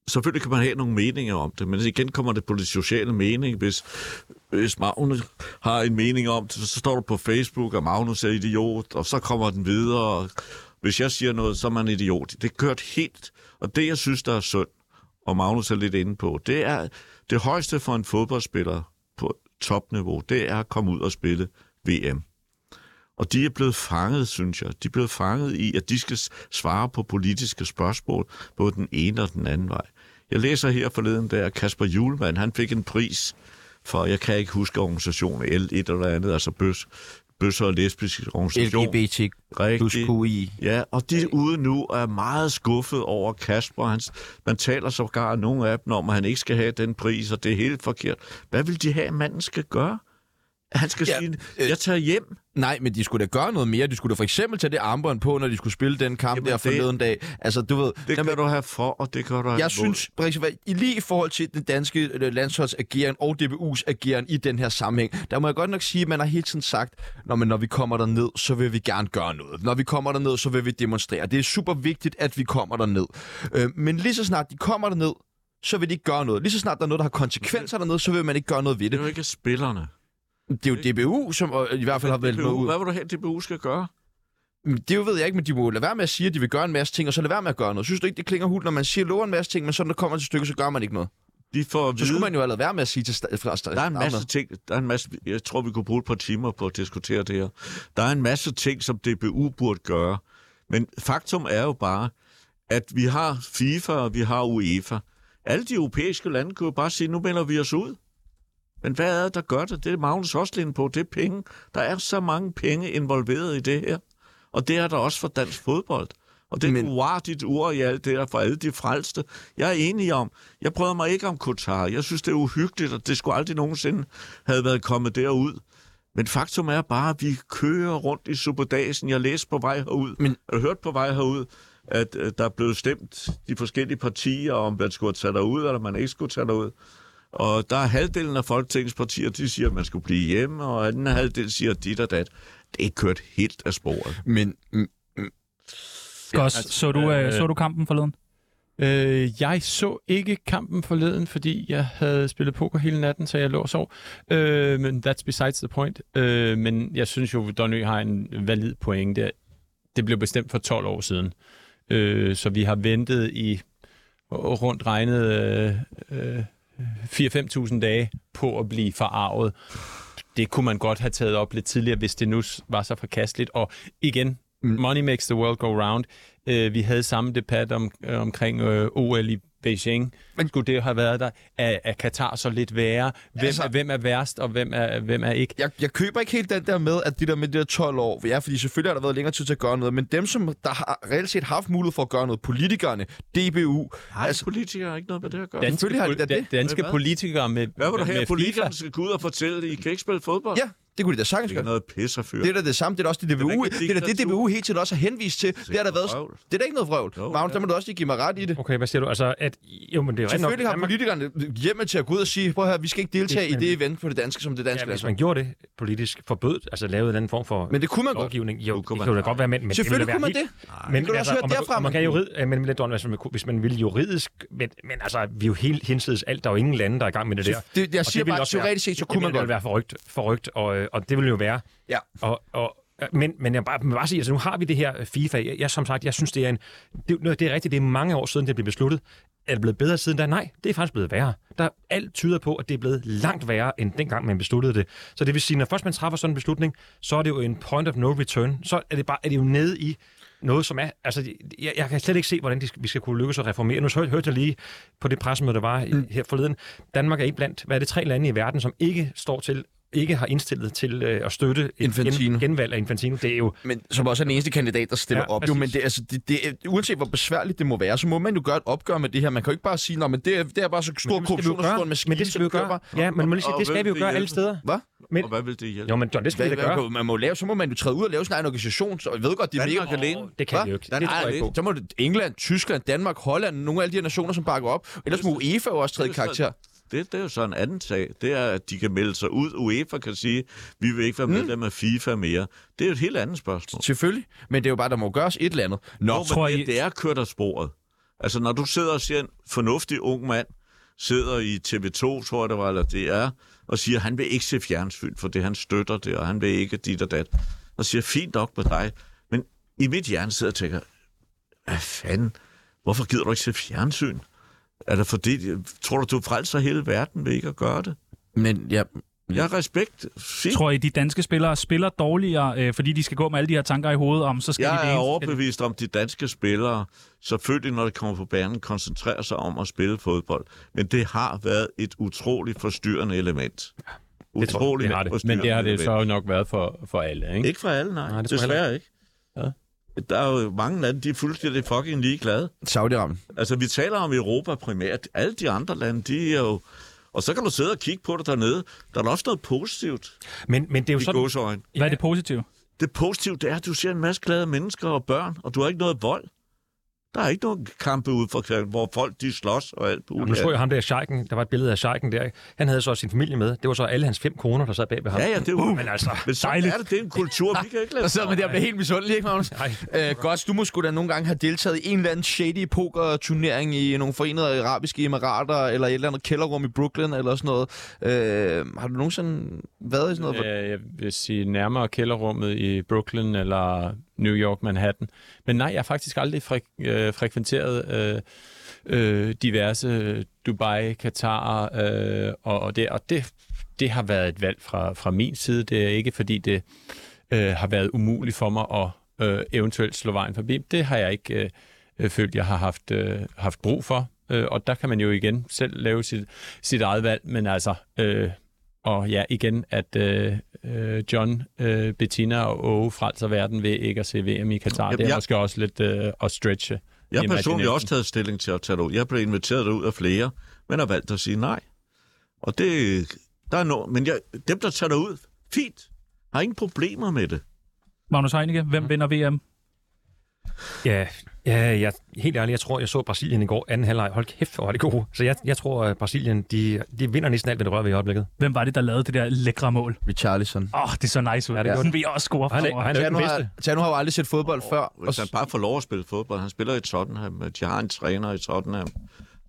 Selvfølgelig kan man have nogle meninger om det, men igen kommer det på det sociale mening. Hvis, hvis Magnus har en mening om det, så står du på Facebook, og Magnus er idiot, og så kommer den videre. Og hvis jeg siger noget, så er man idiot. Det er kørt helt. Og det, jeg synes, der er synd, og Magnus er lidt inde på, det er det højeste for en fodboldspiller på topniveau, det er at komme ud og spille VM. Og de er blevet fanget, synes jeg. De er blevet fanget i, at de skal s- svare på politiske spørgsmål, både den ene og den anden vej. Jeg læser her forleden, der at Kasper Julemand, han fik en pris for, jeg kan ikke huske organisationen, L et eller andet, altså bøs, bøsser og lesbisk organisation.
LGBT plus
Rigtig.
QI.
Ja, og de er ude nu og er meget skuffet over Kasper. Hans, man taler sågar nogle af dem om, at han ikke skal have den pris, og det er helt forkert. Hvad vil de have, at manden skal gøre? Han skal
Ja,
ja, sige, jeg tager hjem.
Nej, men de skulle da gøre noget mere. De skulle da for eksempel tage det armbånd på, når de skulle spille den kamp
Jamen,
der
det-
forleden dag. Altså, du ved...
Det kan du have for, og det kan du have
Jeg
imod.
synes, Brix, hvad- i lige i forhold til den danske øh, landsholdsageren og DBU's ageren i den her sammenhæng, der må jeg godt nok sige, at man har hele tiden sagt, når, men når vi kommer derned, så vil vi gerne gøre noget. Når vi kommer derned, så vil vi demonstrere. Det er super vigtigt, at vi kommer derned. Øh, men lige så snart de kommer derned, så vil de ikke gøre noget. Lige så snart der er noget, der har konsekvenser dernede, så vil man ikke gøre noget ved
Det
det.
er jo ikke spillerne.
Det er jo DBU, som øh, i hvert fald har valgt noget
DBU,
ud.
hvad vil du have, DBU skal gøre?
Men Mm, Det jo ved jeg ikke, men de må lade være med at sige, at de vil gøre en masse ting, og så lade være med at gøre noget. Synes du ikke, det klinger hul, når man siger, lover en masse ting, men så når det kommer til stykket, så gør man ikke noget?
De får at
Så
vide,
skulle man jo have lavet være med at sige til sta- fra sta-
Mm. der er en masse
starten.
ting, der er en masse, jeg tror, vi kunne bruge et par timer på at diskutere det her. Der er en masse ting, som DBU burde gøre. Men faktum er jo bare, at vi har FIFA og vi har UEFA. Alle de europæiske lande kunne jo bare sige, nu melder vi os ud. Men hvad er det, der gør det? Det er Magnus også lidt inde på. Det er penge. Der er så mange penge involveret i det her. Og det er der også for dansk fodbold. Og det er
Men-
Men... uartigt ur i alt det der for alle de frelste. Jeg er enig om, jeg prøver mig ikke om Qatar. Jeg synes, det er uhyggeligt, og det skulle aldrig nogensinde have været kommet derud. Men faktum er bare, at vi kører rundt i superdagen. Jeg læste på vej herud, Men... og hørt på vej herud, at øh, der er blevet stemt de forskellige partier, om man skulle tage derud, eller man ikke skulle tage derud. Og der er halvdelen af Folketingets partier, de siger, at man skulle blive hjemme, og anden halvdel siger dit og dat. det er kørt helt af sporet.
Men mm,
Gos, så, du, øh, så du kampen forleden?
Øh, jeg så ikke kampen forleden, fordi jeg havde spillet poker hele natten, så jeg lå og sov. Øh, men that's besides the point. Øh, men jeg synes jo, Donny har en valid pointe. Det blev bestemt for 12 år siden. Øh, så vi har ventet i rundt regnet øh, øh, 4-5.000 dage på at blive forarvet. Det kunne man godt have taget op lidt tidligere, hvis det nu s- var så forkasteligt. Og igen, money makes the world go round. Øh, vi havde samme debat om, øh, omkring øh, OL i Beijing. Men, Skulle det have været der? Er, er Katar så lidt værre? Hvem, altså,
Altså-
er, hvem er værst, og hvem er, hvem er ikke?
jeg, jeg køber ikke helt den der med, at de der med de der 12 år, ja, fordi selvfølgelig har der været længere tid til at gøre noget, men dem, som der har reelt set haft mulighed for at gøre noget, politikerne, DBU,
Nej, altså,
altså,
politikere har ikke noget med det at gøre.
Danske,
selvfølgelig har de da
pol-
det.
da- danske
Hvad?
politikere med,
Hvad var der her,
med
at politikerne skal gå ud og fortælle, at I kan ikke spille fodbold?
ja, det kunne de da sagtens
Det er
gøre.
noget pis at føre.
Det er da det samme, det er da også det,
da
DBU,
ikke et
det er da det,
diktatur.
DBU hele tiden også har henvist til. Det har da
noget
været,
vrøvl.
det er da ikke noget vrøvl.
Jo,
Magnus,
ja.
der må du også lige give mig ret i det.
Okay, hvad siger du? Altså, at, jo, men det er rigtigt nok.
Selvfølgelig har
Danmark-
politikerne hjemme til at gå ud og sige, prøv at høre, vi skal ikke deltage i det event på det danske, som det
Ja,
danske
hvis
ja,
altså, man gjorde det politisk, forbød, altså lavede en eller anden form for
Men det kunne man godt.
lovgivning, jo,
Nu
det
kunne
kunne
man-
da godt være, men... men
Selvfølgelig kunne man det.
Men,
kan du
men
også
altså,
høre
om man,
derfra,
om man
man
kan
kunne.
jurid, øh, men, men, hvis, man, kunne- hvis man vil juridisk, men, men altså, vi er jo helt hinsides alt, der er jo ingen lande, der er i gang med det der.
Det, jeg
Og
siger
ville
bare, at
også være-
teoretisk set, så
jeg
kunne
mener,
man godt.
Det ville være forrygt, forrygt og, øh, og det ville jo være.
Ja.
Og, og, men, men jeg bare, men bare sige, altså nu har vi det her øh, FIFA. Jeg, jeg som sagt, jeg synes, det er en... Det, er- det er rigtigt, det er mange år siden, det blev besluttet. Er det blevet bedre siden da? Nej, det er faktisk blevet værre. Der er alt tyder på, at det er blevet langt værre, end dengang man besluttede det. Så det vil sige, når først man træffer sådan en beslutning, så er det jo en point of no return. Så er det, bare, er det jo nede i noget, som er... Altså, jeg, jeg kan slet ikke se, hvordan de, skal- vi skal kunne lykkes at reformere. Nu hørte, hørte jeg lige på det pressemøde, der var mm. her forleden. Danmark er ikke blandt, hvad er det, tre lande i verden, som ikke står til ikke har indstillet til øh, at støtte et
Infantino.
Gen, genvalg af Infantino. Det er jo...
men som også er den eneste kandidat, der stiller
Ja,
ja, op. Jo, men
præcis.
det, altså, det, det, uanset hvor besværligt det må være, så må man jo gøre et opgør med det her. Man kan jo ikke bare sige, "Nå, men det, er, det er bare så stor
det skal vi jo
korruption og så stor
gøre.
en maskine,
Men det skal vi jo
der kører
gøre.
bare."
Ja, men man må lige sige,
Og
det skal vi jo
hvem
gøre
vil
alle
hjælpe?
steder.
Hvad?
Men,
Og hvad vil det hjælpe?
jo, men John, det skal vi da
Hvad,
gøre.
hvad, man må lave, så må man jo træde ud og lave sin egen organisation, så jeg ved godt, det er mega...
Danmark alene.
Det kan
Hva?
vi jo ikke.
Den
Det tror
er
jeg ikke på.
Så må det England, Tyskland, Danmark, Holland, nogle af alle de her nationer, som bakker op. Ellers må UEFA jo også træde i
Det er sådan-
karakter.
Det, det er jo så en anden sag. Det er, at de kan melde sig ud. UEFA kan sige, vi vil ikke være medlem af FIFA mere. Det er jo et helt andet spørgsmål.
Selvfølgelig. Men det er jo bare, der må gøres et eller andet. Nå,
Jo,
tror
men
I-
det, det er kørt af sporet. Altså, når du sidder og ser en fornuftig ung mand, sidder i TV2, tror jeg det var, eller DR, og siger, han vil ikke se fjernsyn, for det han støtter det, og han vil ikke dit og dat. Og siger, fint nok med dig. Men i mit hjerne sidder jeg og tænker, hvad fanden, hvorfor gider du ikke se fjernsyn? Er det fordi, tror du, du frelser hele verden ved ikke at gøre det?
men ja,
Jeg har respekt. Fint.
Tror I, de danske spillere spiller dårligere, øh, fordi de skal gå med alle de her tanker i hovedet om, så skal de det
Jeg er
ene-
overbevist om, at de danske spillere selvfølgelig, når de kommer på banen, koncentrerer sig om at spille fodbold. Men det har været et utroligt forstyrrende element.
det har
Utroligt
det. Men
Men
forstyrrende
det har det
element.
så nok været for, for alle, ikke?
Ikke for alle, nej.
Nej,
nej
det
det
tror jeg heller
Desværre ikke.
Ja.
Der er jo mange lande, de er fuldstændig fucking ligeglade.
Saudi-Arabien.
Altså, vi taler om Europa primært. Alle de andre lande, de er jo... Og så kan du sidde og kigge på det dernede. Der er da også noget positivt
Men, men det er jo
i
sådan...
gåseøjne.
Hvad er det positive?
Det positive, det er, at du ser en masse glade mennesker og børn, og du har ikke noget vold. Der er ikke nogen kampe ude for kvarten, hvor folk de slås og alt
Og
muligt.
nu så jeg ham der, Scheiken, der var et billede af Scheiken der. ikke? Han havde så sin familie med. Det var så alle hans fem koner, der sad bag ved ham.
Ja, ja, det er jo...
Men altså,
men sådan
dejligt.
er det, det er en kultur, vi kan ikke lade
Og så med det og bliver helt misundelig, ikke Magnus?
Nej.
Øh, godt, du må sgu da nogle gange have deltaget i en eller anden shady poker-turnering i nogle forenede arabiske emirater, eller et eller andet kælderrum i Brooklyn, eller sådan noget. Øh, har du nogensinde været i sådan noget?
Øh, jeg vil sige nærmere kælderrummet i Brooklyn eller New York, Manhattan. Men nej, jeg har faktisk aldrig frek- øh, frekventeret øh, øh, diverse Dubai, Katar øh, og, og det. Og det, det har været et valg fra, fra min side. Det er ikke, fordi det øh, har været umuligt for mig at øh, eventuelt slå vejen forbi. Det har jeg ikke øh, øh, følt, jeg har haft, øh, haft brug for. Øh, og der kan man jo igen selv lave sit, sit eget valg, men altså... Øh, og ja, igen, at øh, øh, John, øh, Bettina og Åge frelser verden ved ikke at se VM i Katar.
Jamen,
det er
jeg-
måske også lidt øh, at stretche.
Jeg har personligt
imaginationen.
også taget stilling til at tage det ud. Jeg blev inviteret ud af flere, men har valgt at sige nej. Og det... Der er no, men jeg, dem, der tager det ud, fint. Har ingen problemer med det.
Magnus Heunicke, hvem vinder VM?
ja, Ja, jeg, helt ærligt, jeg tror, jeg så Brasilien i går anden halvleg. Hold kæft, hvor var det gode. Så jeg, jeg tror, at Brasilien de, de vinder næsten alt, hvad det rører ved i øjeblikket.
Hvem var det, der lavede det der lækre mål?
Richarlison.
Åh, oh, det så nice ud. Ja,
det er
det vil jeg også score
Og han, er, og
for.
han er jo ikke
Tjerno
den
har,
bedste.
Tjerno har jo aldrig set fodbold før. Og
Hvis han bare får lov at spille fodbold. Han spiller i Tottenham. De har en træner i Tottenham,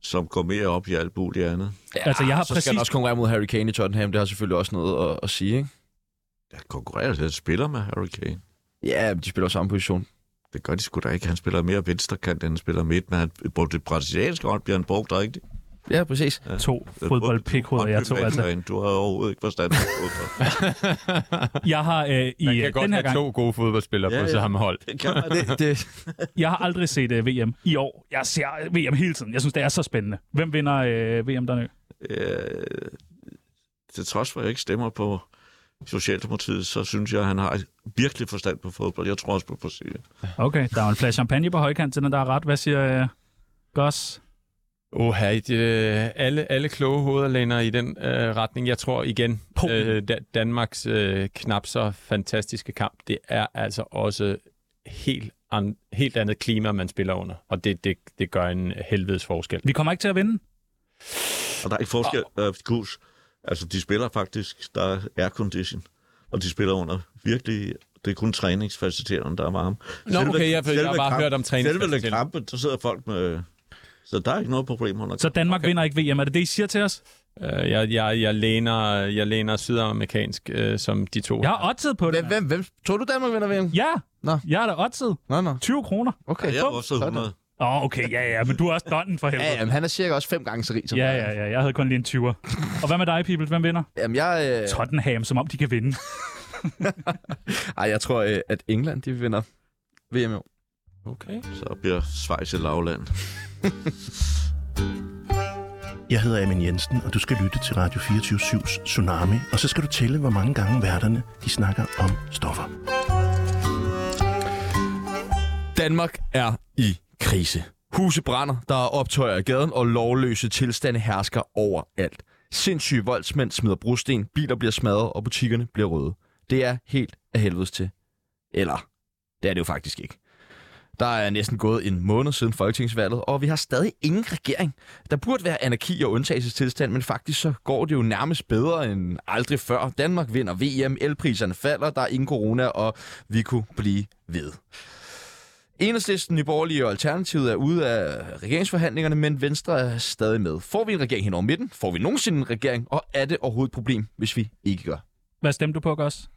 som går mere op i alt muligt andet.
Ja, altså, jeg har
så skal han
præcis...
også konkurrere mod Harry Kane i Tottenham. Det har selvfølgelig også noget at, at sige, ikke?
Jeg konkurrerer til at spiller med Harry Kane.
Ja, men de spiller jo samme position.
Det gør de sgu da ikke. Han spiller mere venstrekant, end han spiller midt, men han, på det brasilianske hold bliver han brugt rigtigt. Øh,
Ja, præcis.
To fodboldpikhoveder, jeg to altså.
Du har overhovedet ikke forstand på fodbold.
Jeg har, øh, i,
Man kan
øh,
godt
den her
have
gang,
to gode fodboldspillere
Ja,
på
ja.
samme hold.
Det kan man
Det, det,
jeg har aldrig set øh, VM i år. Jeg ser øh, VM hele tiden. Jeg synes, det er så spændende. Hvem vinder øh, VM dernede?
øh, til trods for, at jeg ikke stemmer på Socialdemokratiet, så synes jeg, at han har virkelig forstand på fodbold. Jeg tror også på Brasilien.
Okay, der er jo en flaske champagne på højkant til den, der er ret. Hvad siger øh, Goss?
Oha, det, øh, alle, alle kloge hoveder læner i den øh, retning. Jeg tror igen,
Polen.
øh, da, Danmarks øh, knap så fantastiske kamp, det er altså også helt, an, helt andet klima, man spiller under. Og det, det, det gør en helvedes forskel.
Vi kommer ikke til at vinde.
Og der er ikke forskel af øh, gus. Altså, de spiller faktisk, der er aircondition, og de spiller under virkelig... Det er kun træningsfaciliteterne, der er varme.
Nå, okay, jeg- jeg har bare hørt om
Selve
træningsfaciliteterne.
kampen, der sidder folk med... Så der er ikke noget problem under
Så Danmark okay. vinder ikke VM. Er det det, I siger til os?
Øh, jeg, jeg, jeg, læner, jeg læner sydamerikansk, øh, som de to.
Jeg har oddset på det.
hvem, hvem, hvem? Tror du, Danmark vinder VM?
Ja,
Nå.
jeg er da oddset.
Nå, nå.
20 kroner.
Okay.
Jeg er også
Sådan.
100.
Åh, oh, okay, ja, ja, men du er også donnen for helvede.
Ja, jamen, han er cirka også fem gange så rig som
Ja,
mig.
ja, ja, jeg havde kun lige en 20'er. Og hvad med dig, People? Hvem vinder?
Jamen, jeg, øh,
Tottenham, som om de kan vinde.
ej, jeg tror, øh, at England de vinder VM i år.
Okay.
Så bliver Schweiz et lavland.
Jeg hedder Amin Jensen, og du skal lytte til Radio 24-7's Tsunami, og så skal du tælle, hvor mange gange værterne de snakker om stoffer.
Danmark er i krise. Huse brænder, der er optøjer i gaden, og lovløse tilstande hersker overalt. Sindssyge voldsmænd smider brosten, biler bliver smadret, og butikkerne bliver røde. Det er helt af helvedes til. Eller, det er det jo faktisk ikke. Der er næsten gået en måned siden folketingsvalget, og vi har stadig ingen regering. Der burde være anarki og undtagelsestilstand, men faktisk så går det jo nærmest bedre end aldrig før. Danmark vinder VM, elpriserne falder, der er ingen corona, og vi kunne blive ved. Enhedslisten, Nye Borgerlige og Alternativet er ude af regeringsforhandlingerne, men Venstre er stadig med. Får vi en regering hen over midten? Får vi nogensinde en regering? Og er det overhovedet et problem, hvis vi ikke gør?
Hvad stemte du på, Goss?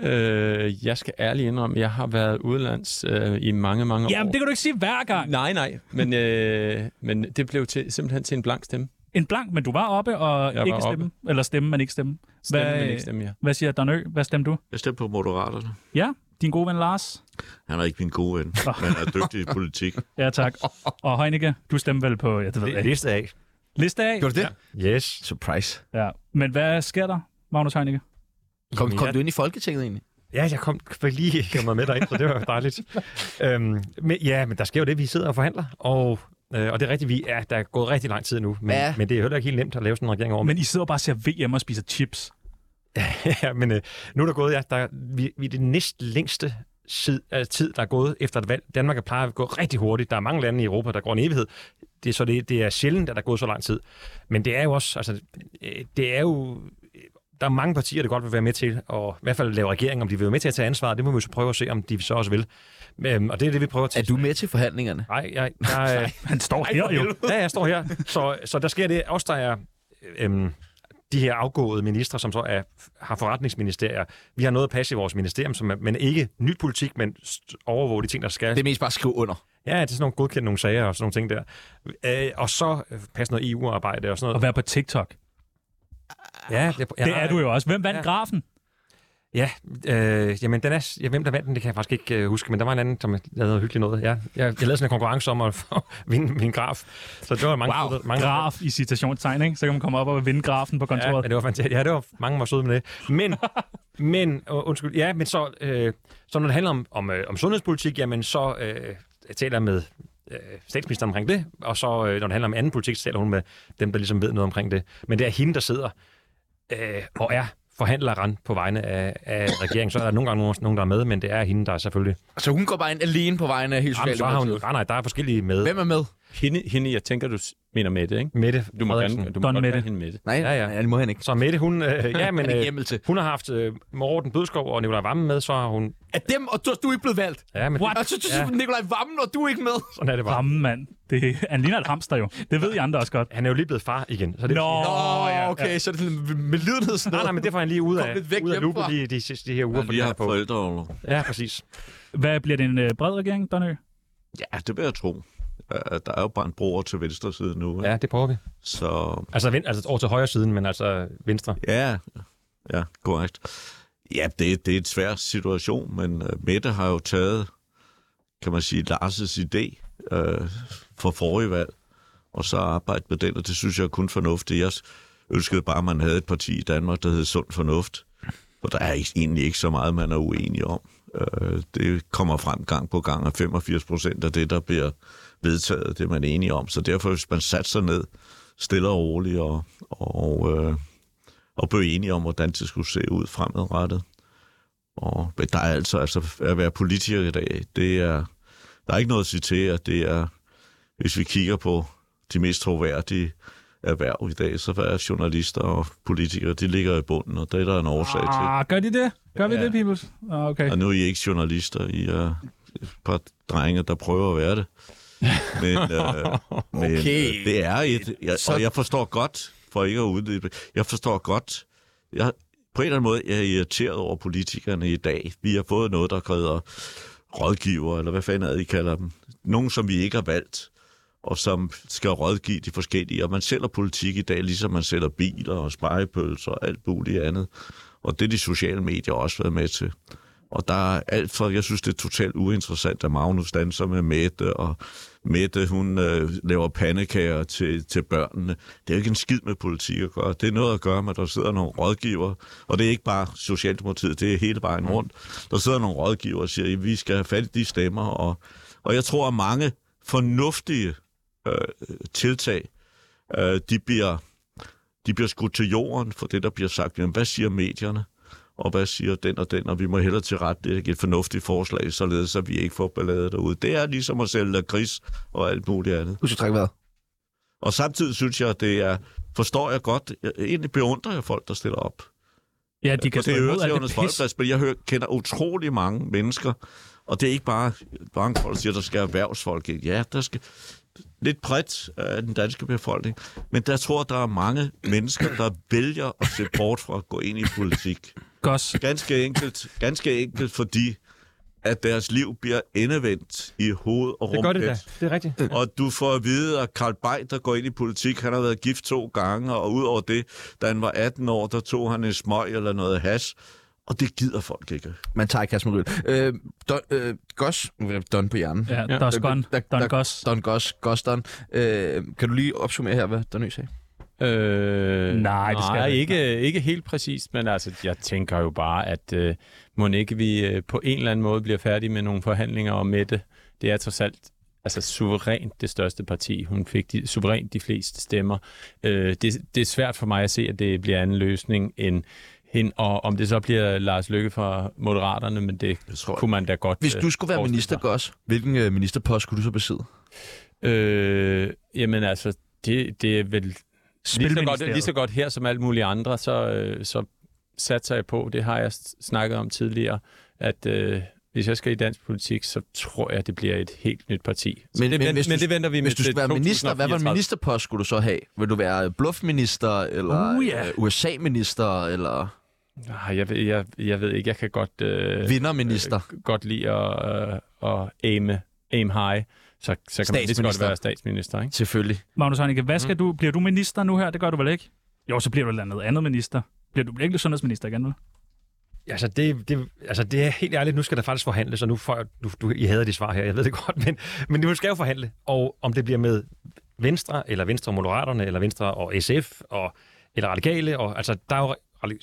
Øh, jeg skal ærligt indrømme, jeg har været udenlands øh, i mange, mange år.
Jamen, det kan du ikke sige hver gang.
Nej, nej, men, øh, men det blev til, simpelthen til en blank stemme.
En blank, men du var oppe og
Jeg var
ikke
oppe.
stemme. Eller stemme, men ikke stemme.
Stemme,
Hvad-
men ikke stemme, ja.
Hvad siger Danø? Hvad stemte du?
Jeg stemmer på Moderaterne.
Ja, din gode ven Lars.
Han er ikke min gode ven, men han er dygtig i politik.
Ja, tak. Og Heunicke, du stemte vel på, ja, det ved jeg
Det-
ikke.
Liste af.
Liste af?
Gjorde du det?
Yes.
Surprise.
Ja. Men hvad sker der, Magnus Heunicke?
Kom, kom
jeg-
du ind i Folketinget egentlig?
Ja, jeg kom fik lige kom med derind, så det var dejligt. øhm, men, ja, men der sker jo det, vi sidder og forhandler, og, øh, og det er rigtigt, vi er, der er gået rigtig lang tid nu, men,
Ja.
ja. men det er heller ikke helt nemt at lave sådan en regering over.
Men I sidder bare og ser VM og spiser chips.
ja, men øh, nu er der gået, ja, der, vi, vi er det næst længste tid, øh, tid, der er gået efter et valg. Danmark er plejer at gå rigtig hurtigt. Der er mange lande i Europa, der går en evighed. Det, er så det, det er sjældent, at der er gået så lang tid. Men det er jo også, altså, øh, det er jo, øh, der er mange partier, der godt vil være med til, og i hvert fald lave regering, om de vil være med til at tage ansvar. Det må vi jo så prøve at se, om de så også vil. Øhm, og det er det, vi prøver at
Er du med til forhandlingerne?
Nej, jeg, jeg, jeg,
Han står her jo.
Ja, jeg står her. Så, så der sker det. Også der er øhm, de her afgåede ministre, som så er, har forretningsministerier. Vi har noget at passe i vores ministerium, som er, men ikke ny politik, men st- overvåge de ting, der skal.
Det er mest bare at skrive under.
Ja, det er sådan nogle godkendte nogle sager og sådan nogle ting der. Øh, og så øh, passe noget EU-arbejde og sådan
Og
noget.
være på TikTok.
Ja, det,
Det er du jo også. Hvem vandt
Ja.
grafen?
Ja, øh, jamen den er, s- ja, hvem der vandt den, det kan jeg faktisk ikke øh, huske, men der var en anden, som lavede noget hyggeligt noget. Ja, jeg, jeg lavede sådan en konkurrence om at vinde min graf. Så det var mange,
Wow,
mange
graf i citationstegn, ikke? Så kan man komme op og vinde grafen på
Ja,
kontoret.
men det var fantastisk. Ja, det var mange var søde med det. Men, men uh, undskyld, ja, men så, øh, så når det handler om, om, øh, om sundhedspolitik, jamen så øh, jeg taler jeg med øh, statsministeren omkring det, og så øh, når det handler om anden politik, så taler hun med dem, der ligesom ved noget omkring det. Men det er hende, der sidder øh, og er forhandler Rand på vegne af, af regeringen. Så er der nogle gange nogen, nogen, der er med, men det er hende, der er selvfølgelig...
Så Altså, hun går bare ind alene på vejen af hele
Jamen, så har hun,
Socialdemokratiet.
nej, nej, der er forskellige med.
Hvem er med?
Hende, hende, jeg tænker, du s- mener Mette, ikke?
Mette
Du må
Frederiksen.
gerne, du må
Don
godt
Mette.
kalde hende Mette.
Nej,
Ja, ja.
nej, det må han ikke.
Så Mette, hun, øh, ja, men,
Det er
øh,
hjemmel til.
hun har haft øh, Morten Bødskov og Nicolai Vammen med, så har hun...
At dem, og du, du er ikke blevet valgt.
Ja, men
What?
Og så synes
Ja.
ja. Nikolaj Vammen, og du er ikke med.
sådan er det bare.
Ramme, mand. Det, han ligner et hamster jo. Det ved I andre også godt.
Han er jo lige blevet far igen. Så det,
Nå,
Åh, okay, så er det sådan med lidenhed sådan
Nej, nej, men det får han lige ud
Kom
af,
lidt væk
ud af
hjemmefra.
loopet de, de, sidste- de her uger,
Jeg
fordi
lige
han
har
er på.
forældreoverlov.
Ja, præcis.
Hvad bliver det en øh, bred regering, Donø?
Ja, det vil jeg tro. Ja, Der er jo brændt broer til venstre side nu. ikke?
Ja, det prøver vi.
Så
Altså, vent, altså over til højre siden, men altså venstre.
Ja, ja, korrekt. Ja, det, det er en svær situation, men øh, Mette har jo taget, kan man sige, Lars' idé øh, for forrige valg, og så arbejdet med den, og det synes jeg er kun fornuftigt. Jeg ønskede bare, at man havde et parti i Danmark, der hed Sund Fornuft, for der er ikke, egentlig ikke så meget, man er uenig om. Øh, det kommer frem gang på gang, og 85 procent af det, der bliver vedtaget, det er man enig om. Så derfor, hvis man satte sig ned stille og roligt og, og øh, og blev enige om, hvordan det skulle se ud fremadrettet. Og men der er altså, altså at være politiker i dag, det er, der er ikke noget at citere. Det er, hvis vi kigger på de mest troværdige erhverv i dag, så er journalister og politikere, de ligger i bunden, og det er der en årsag til.
Ah, gør de det? Gør vi
Ja.
det, peoples? Ah, okay.
Og nu er I ikke journalister, I er et par drenge, der prøver at være det. Men, øh,
Okay.
men øh, det er et... Jeg, og jeg forstår godt, for ikke at uddybe, jeg forstår godt... Jeg, på en eller anden måde jeg er jeg irriteret over politikerne i dag. Vi har fået noget, der hedder rådgiver, eller hvad fanden er det, I kalder dem. Nogen, som vi ikke har valgt, og som skal rådgive de forskellige. Og man sælger politik i dag, ligesom man sælger biler og spejepølser og alt muligt andet. Og det er de sociale medier også været med til. Og der er alt for, jeg synes, det er totalt uinteressant, at Magnus danser med Mette, og Mette, hun øh, laver pandekager til, til børnene. Det er jo ikke en skid med politik at gøre. Det er noget at gøre med, at der sidder nogle rådgiver, og det er ikke bare Socialdemokratiet, det er hele vejen rundt. Der sidder nogle rådgiver og siger, at vi skal have fat i de stemmer, og, og jeg tror, at mange fornuftige øh, tiltag, øh, de bliver de bliver skudt til jorden for det, der bliver sagt. Jamen, hvad siger medierne? Og hvad siger den og den? Og vi må hellere til ret det er et fornuftigt forslag, således at vi ikke får ballade derude. Det er ligesom at sælge lakrids og alt muligt andet.
Du skal trække vejret.
Og samtidig synes jeg, at det er, forstår jeg godt, jeg, egentlig beundrer jeg folk, der stiller op.
Ja, de kan
Og det
stå
er jo
imod
til
alt
Jonas
det pis.
Folkeplads, men jeg hører, kender utrolig mange mennesker, og det er ikke bare bankfolk, der siger, der skal erhvervsfolk ind. Ja, der skal lidt bredt øh, af den danske befolkning, men der tror, der er mange mennesker, der vælger at se bort fra at gå ind i politik.
Gos.
Ganske enkelt, ganske enkelt fordi, at deres liv bliver endevendt i hoved og
Det gør det da.
rumpet.
Det er rigtigt.
Og du får at vide, at Karl Bay, der går ind i politik, han har været gift to gange, og udover det, da han var 18 år, der tog han en smøg eller noget hash. Og det gider folk ikke.
Man tager ikke Kasper Ryl. Øh, Don, øh, Gos, nu vil jeg Don på hjernen.
Ja, ja. Dos Gun.
Der- der-
Don Gos.
Don Gos, Gos Don. Øh, kan du lige opsummere her, hvad Don Ø sagde?
Øh,
Nej, det skal
nej
det
ikke, ikke helt præcist, men altså, jeg tænker jo bare, at øh, må ikke vi øh, på en eller anden måde bliver færdige med nogle forhandlinger om Mette. Det er trods alt altså, suverænt det største parti. Hun fik de, suverænt de fleste stemmer. Øh, det, det er svært for mig at se, at det bliver anden løsning end hende, og om det så bliver Lars Lykke fra Moderaterne, men det
Jeg tror,
kunne man da godt
Hvis
øh,
du skulle være
forestille
minister,
sig.
Gos, hvilken øh, ministerpost skulle du så besidde?
Øh, jamen altså, det, det er vel lige så, godt,
Spilministeriet.
lige så godt her som alle mulige andre, så, øh, så satser jeg på, det har jeg s- snakket om tidligere, at øh, hvis jeg skal i dansk politik, så tror jeg, det bliver et helt nyt parti. Så
Men-
det,
men
vent-
hvis du-
men det venter vi med
Hvis du
til
skulle være minister, hvad for en
2034.
ministerpost skulle du så have? Vil du være bluffminister, eller
Uh, ja.
øh, USA-minister, eller
Ah, Jeg, ved- jeg, jeg ved ikke, jeg kan godt, øh,
vinderminister?
godt lide at, øh, at aim, aim high, så, så kan man lige så godt
Statsminister.
være statsminister. Ikke?
Selvfølgelig.
Magnus Heunicke, hvad
Mhm.
skal du? Bliver du minister nu her? Det gør du vel ikke? Jo, så bliver du et eller andet andet minister. Bliver du bliver ikke sundhedsminister igen, vel?
Altså det, det, altså, det er helt ærligt, nu skal der faktisk forhandles, og nu får jeg, du, du, I hader de svar her, jeg ved det godt, men, men nu skal jeg jo forhandle, og om det bliver med Venstre, eller Venstre og Moderaterne, eller Venstre og SF, og, eller Radikale, og, altså der er jo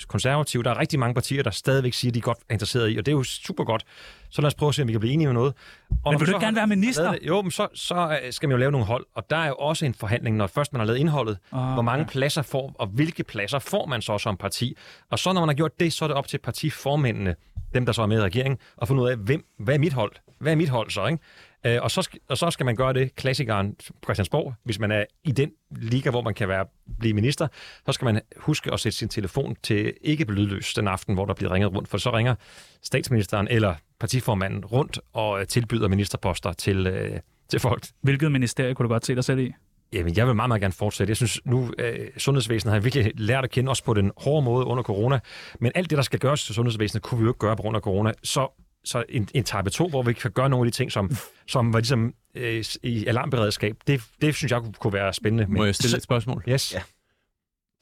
konservative. Der er rigtig mange partier, der stadigvæk siger, at de er godt interesseret i, og det er jo super godt. Så lad os prøve at se, om vi kan blive enige om noget. Og når
vil
man
du
så
ikke gerne
har-
være minister?
har lavet det- Jo, men så, så øh, skal man jo lave nogle hold, og der er jo også en forhandling, når først man har lavet indholdet,
Ah,
hvor mange
ja.
pladser får, og hvilke pladser får man så som parti. Og så når man har gjort det, så er det op til partiformændene, dem der så er med i regeringen, at finde ud af, hvem, hvad er mit hold? Hvad er mit hold så, ikke? Øh, og, så skal, og så skal man gøre det, klassikeren på Christiansborg, hvis man er i den liga, hvor man kan være, blive minister, så skal man huske at sætte sin telefon til ikke på lydløs den aften, hvor der bliver ringet rundt, for så ringer statsministeren eller partiformanden rundt og øh, tilbyder ministerposter til, øh, til folk.
Hvilket ministerie kunne du godt se dig selv i?
Jamen, jeg vil meget, meget gerne fortsætte. Jeg synes nu, øh, sundhedsvæsenet har virkelig lært at kende os på den hårde måde under corona. Men alt det, der skal gøres til sundhedsvæsenet, kunne vi jo ikke gøre på grund af corona. Så, så en, en etape 2, hvor vi kan gøre nogle af de ting, som, som var ligesom øh, i alarmberedskab, det, det synes jeg kunne- kunne være spændende.
Må jeg stille et spørgsmål?
Yes. Ja.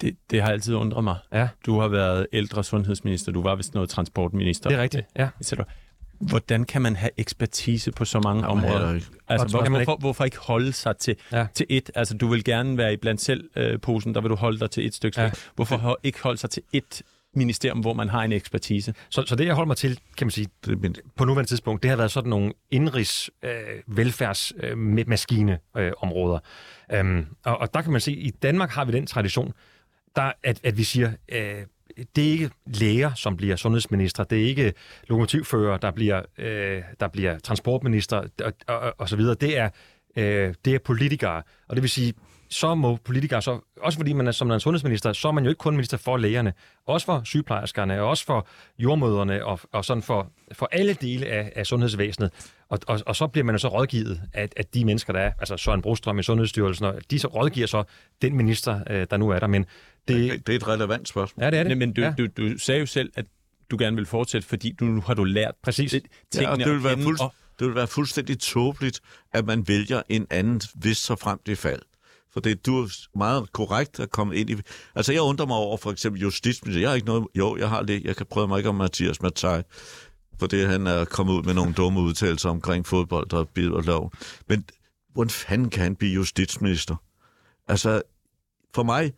Det, det har altid undret mig.
Ja.
Du har været ældre sundhedsminister, du var vist noget transportminister.
Det er rigtigt, ja.
Etc. Hvordan kan man have ekspertise på så mange
Jamen,
områder?
heller ikke.
Altså,
Og
hvor,
kan man ikke-
hvorfor, hvorfor ikke holde sig til,
Ja.
ja. til et? Altså, du vil gerne være i blandt selv-posen, der vil du holde dig til et stykke.
Ja.
Ja. Hvorfor ho- ikke holde sig til et ministerium, hvor man har en ekspertise?
Så, så det, jeg holder mig til, kan man sige,
Det er min
på nuværende tidspunkt, det har været sådan nogle indrigs øh, velfærdsmaskineområder. Øh, områder. øhm, og, og der kan man se, i Danmark har vi den tradition, der, at, at vi siger, øh, det er ikke læger, som bliver sundhedsminister, det er ikke lokomotivfører, der bliver, øh, der bliver transportminister og, og, og, og så videre. Det er, øh, det er politikere, og det vil sige, så må politikere, så, også fordi man er, som man er en sundhedsminister, så er man jo ikke kun minister for lægerne, også for sygeplejerskerne, og også for jordmøderne, og, og sådan for, for alle dele af, af sundhedsvæsenet. Og, og, og så bliver man jo så rådgivet af, af de mennesker, der er, altså Søren Brostrøm i Sundhedsstyrelsen, og de så rådgiver så den minister, øh, der nu er der. Men det,
Det er et relevant spørgsmål.
Ja, det er det.
Men, men du,
ja.
ja. du, du sagde jo selv, at du gerne vil fortsætte, fordi du, nu har du lært
Præcis.
det-
Ja, og
tingene
det vil,
at
være
kende,
fuldst-
og-
det vil være fuldstændig tåbeligt, at man vælger en anden, hvis så frem det fald. For det, du er meget korrekt at komme ind i. Altså, jeg undrer mig over for eksempel justitsminister. Jeg har ikke noget... Jo, jeg har det. Jeg kan prøve mig ikke om Mathias Mathaj, fordi han er kommet ud med nogle dumme udtalelser omkring fodbold og bid og lov. Men hvordan fanden kan han blive justitsminister? Altså, for mig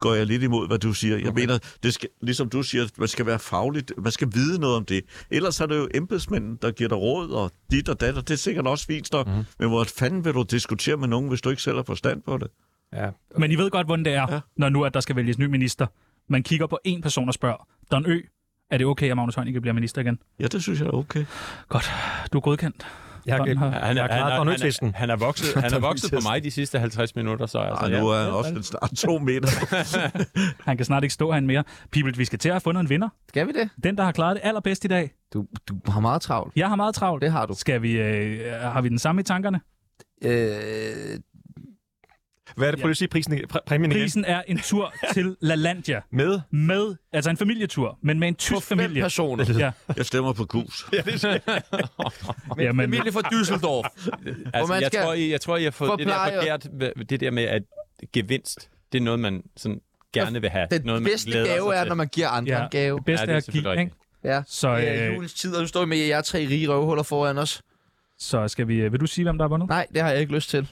går jeg lidt imod, hvad du siger. Jeg okay. mener, det skal, ligesom du siger, man skal være fagligt, man skal vide noget om det. Ellers er det jo embedsmænden, der giver dig råd, og dit og dat, og det er sikkert også fint nok. Mm. Men hvor fanden vil du diskutere med nogen, hvis du ikke selv har forstand på det?
ja.
Men I ved godt, hvordan det er, ja.
Ja.
når nu at der skal vælges ny minister. Man kigger på en person og spørger, Don Ø, er det okay, at Magnus Heunicke bliver minister igen?
Ja, det synes jeg er okay.
Godt, du er godkendt.
Jeg,
Sådan har-
jeg,
Han
jeg
er, han,
klaret
er,
fra
han, er,
nødtvisten.
han er vokset, han er vokset på mig de sidste 50 minutter, så altså,
Ej, Ah, nu er han også snart to meter.
Han kan snart ikke stå herinde mere. Pibelt, vi skal til at have fundet en vinder.
Skal vi det?
Den, der har klaret det allerbedst i dag.
Du, du har meget travlt.
Jeg har meget travlt.
Det har du.
Skal vi, øh, har vi den samme i tankerne?
Øh,
Hvad er det, prøv lige at sige prisen, i- præ- præmien igen?
Prisen er en tur til LaLandia.
Med?
Med, altså en familietur, men med en tysk
fem
familie.
personer.
Ja,
Jeg stemmer på gus.
Men
Jamen.
familie fra Düsseldorf.
Altså,
man
jeg,
skal
tror, I, jeg tror, I har fået det der
forpleje-
forkert, ved- det der med, at gevinst, det er noget, man sådan gerne vil have.
Den
noget,
noget,
man
bedste
glæder
gave
sig
er,
til.
når man giver andre
Ja.
ja. en gave.
det bedste
Ja, det er
er at give,
selvfølgelig
ikke?
Ja.
Så,
Det er
øh,
julens tid, og nu står vi med jer tre rige røvhuller foran os.
så skal vi, øh, vil du sige, hvem der har vundet?
Nej, det har jeg ikke lyst til.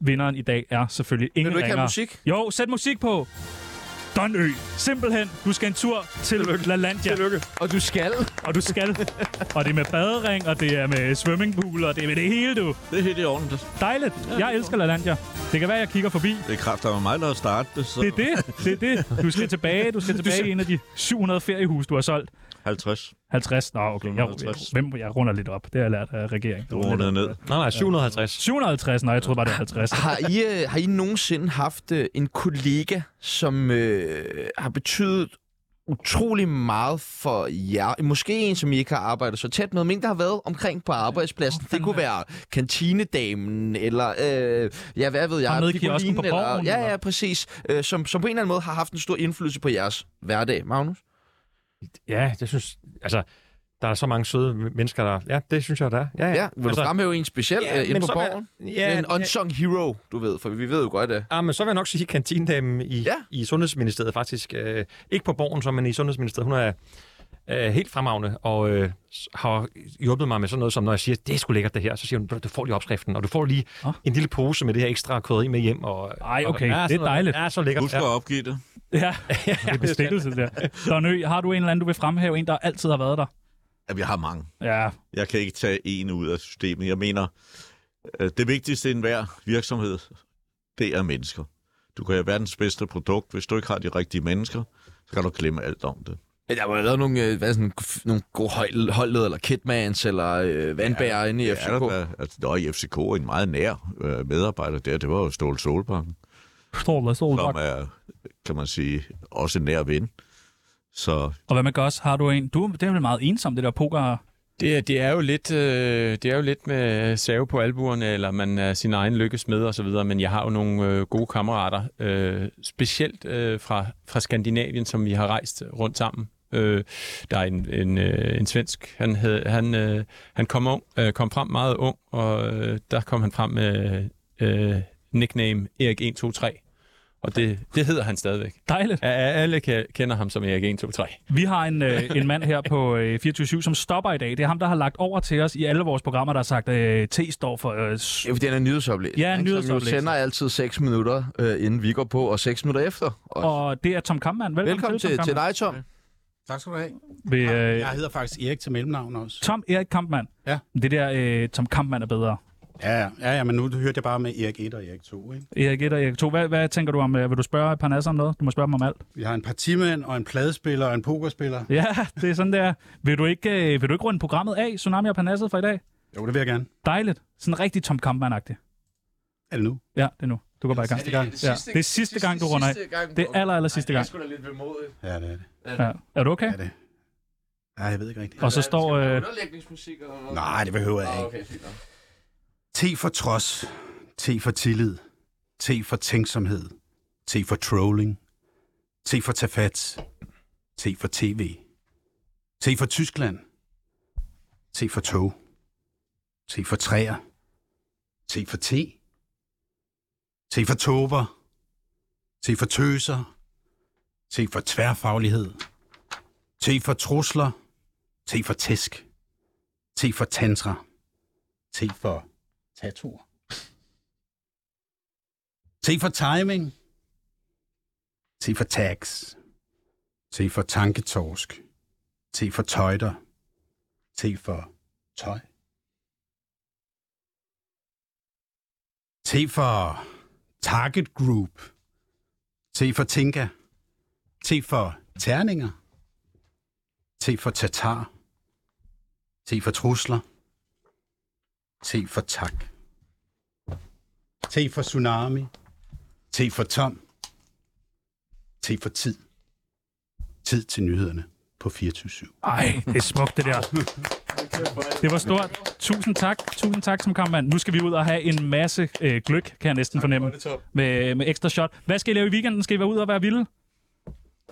Vinderen i dag er selvfølgelig ingen
Vil du ikke have
ringere.
musik?
Jo, sæt musik på. Don Ø. Simpelthen, du skal en tur til LaLandia.
Og du skal.
Og du skal. Og det er med badering, og det er med swimmingpool, og det er med det hele, du.
Det er helt i orden. Det-
Dejligt. Jeg elsker LaLandia. Det kan være, jeg kigger forbi.
Det er kraft af mig, der har startet det, så
Det er det. Det er det. Du skal tilbage. Du skal tilbage i en af de 700 feriehus, du har solgt.
50.
50. Nå, okay. Jeg,
750.
hvem, jeg runder lidt op. Det har jeg lært af regeringen.
Du runder ned.
Nej, nej, 750.
750. Nej, jeg troede bare, det var 50.
Har I, øh, har I nogensinde haft øh, en kollega, som øh, har betydet utrolig meget for jer? Måske en, som I ikke har arbejdet så tæt med, men en, der har været omkring på arbejdspladsen. Det kunne være kantinedamen, eller øh, ja, hvad ved
Ham
jeg,
nede i kiosken på Borgen,
eller, ja,
eller?
ja, præcis. Øh, som, som på en eller anden måde har haft en stor indflydelse på jeres hverdag, Magnus.
Ja, jeg synes, altså, der er så mange søde mennesker, der... Ja, det synes jeg, der er. Ja,
Ja, vil du
altså,
fremhæve en speciel
ja,
ja, inde
men
på
så-
borgen?
ja,
en unsung hero, du ved, for vi ved jo godt, at
Ja, ah, men så vil jeg nok sige kantinedamen i, ja.
Ja.
i Sundhedsministeriet faktisk. Øh, ikke på borgen, så, men i Sundhedsministeriet. Hun er øh, helt fremragende og øh, s- har hjulpet mig med sådan noget som, når jeg siger, det er sgu lækkert det her, så siger hun, "Ved du, du får lige opskriften, og du får lige
Nå.
en lille pose med det her ekstra krydderi med hjem. Og,
Ej,
og-
okay, det
sådan
er
noget.
dejligt.
Ja, så lækkert.
Husk
Ja.
at opgive det.
Ja, det er bestikkelse, der. Don Ø, har du en eller anden, du vil fremhæve? En, der altid har været der?
Jamen, jeg har mange.
Ja.
Jeg kan ikke tage en ud af systemet. Jeg mener, øh, det vigtigste i enhver virksomhed, det er mennesker. Du kan have verdens bedste produkt. Hvis du ikke har de rigtige mennesker, så kan du glemme alt om det.
Men der var jo lavet nogle, øh, hvad, sådan, f- nogle gode hold- holdleder, eller Kitmans, eller øh, Vandbær ja, inde i
Ja,
FCK.
er der, da- altså, nå, i FCK en meget nær øh, medarbejder der, det var jo Ståle Solbakken,
Stråler,
som
stråler.
er, kan man sige, også en nær ven. Så
Og hvad med Goss? Har du en? Du det er vel meget ensom, det der poker.
Det, det, er jo lidt, øh, det er jo lidt med save på albuerne, eller man er sin egen lykkes med osv., men jeg har jo nogle øh, gode kammerater, øh, specielt øh, fra, fra Skandinavien, som vi har rejst rundt sammen. Øh, der er en, en, øh, en svensk, han, hed, han, øh, han kom, ung, øh, kom frem meget ung, og øh, der kom han frem med øh, nickname Erik 123. Og det, det hedder han stadigvæk.
Dejligt.
Ja, alle kan- kender ham som Erik 123.
Vi har en, øh, en mand her på øh, 24 som stopper i dag. Det er ham, der har lagt over til os i alle vores programmer, der har sagt, øh, T står for... Øh, s-
Ja, fordi han er nyhedsoplæst.
Ja, en
ikke? Som jo
nyhedsoplæser.
sender altid 6 minutter, øh, inden vi går på, og 6 minutter efter. Og
og det er Tom Kammann. Velkommen,
velkommen
Tom
til, til
Kampmann.
dig, Tom.
Tak skal du have.
Ved, øh,
Jeg hedder faktisk Erik til mellemnavn også.
Tom Erik Kampmann.
Ja.
Det der øh, Tom Kampmann er bedre.
Ja, ja, ja, ja, men nu hørte jeg bare med Erik 1 og Erik 2. Ikke?
Erik 1 og Erik 2. Hvad, hvad tænker du om? Øh, vil du spørge Parnasser om noget? Du må spørge dem om alt.
Vi har en partimand og en pladespiller og en pokerspiller.
Ja, det er sådan der. Vil du ikke, øh, vil du ikke runde programmet af, Tsunami og Parnasset for i dag?
Jo, det vil jeg gerne.
Dejligt. Sådan rigtig Tom Kampmann-agtig.
Er det nu?
Ja, det er nu. Du går bare i gang.
sidste gang?
Ja, det er sidste gang, du runder af. Det er aller, aller sidste gang.
sgu da lidt vemodigt.
Ja, det er det.
Ja. Er du okay?
Er det? Nej, jeg ved ikke rigtigt.
Og så står... Øh,
Underlægningsmusik og noget.
Nej, det behøver jeg ikke.
okay, fint nok.
T for trods. T for tillid. T for tænksomhed. T for trolling. T for tage fat. T for tv. T for Tyskland. T for tog. T for træer. T for te. T for tober. T for tøser. T for tværfaglighed. T for trusler. T for tæsk. T for tantra. T for tattooer. T for timing. T for tax. T for tanketorsk. T for tøjder. T for tøj. T for target group. T for tinka. T for terninger. T for tatar. T for trusler. T for tak. T for tsunami. T for tom. T for tid. Tid til nyhederne på 24
ej, det er smukt, det der. Det var stort. Tusind tak. Tusind tak, som kampmand. Nu skal vi ud og have en masse øh, gløk, kan jeg næsten fornemme, med, med ekstra shot. Hvad skal I lave i weekenden? Skal I være ude og være vilde?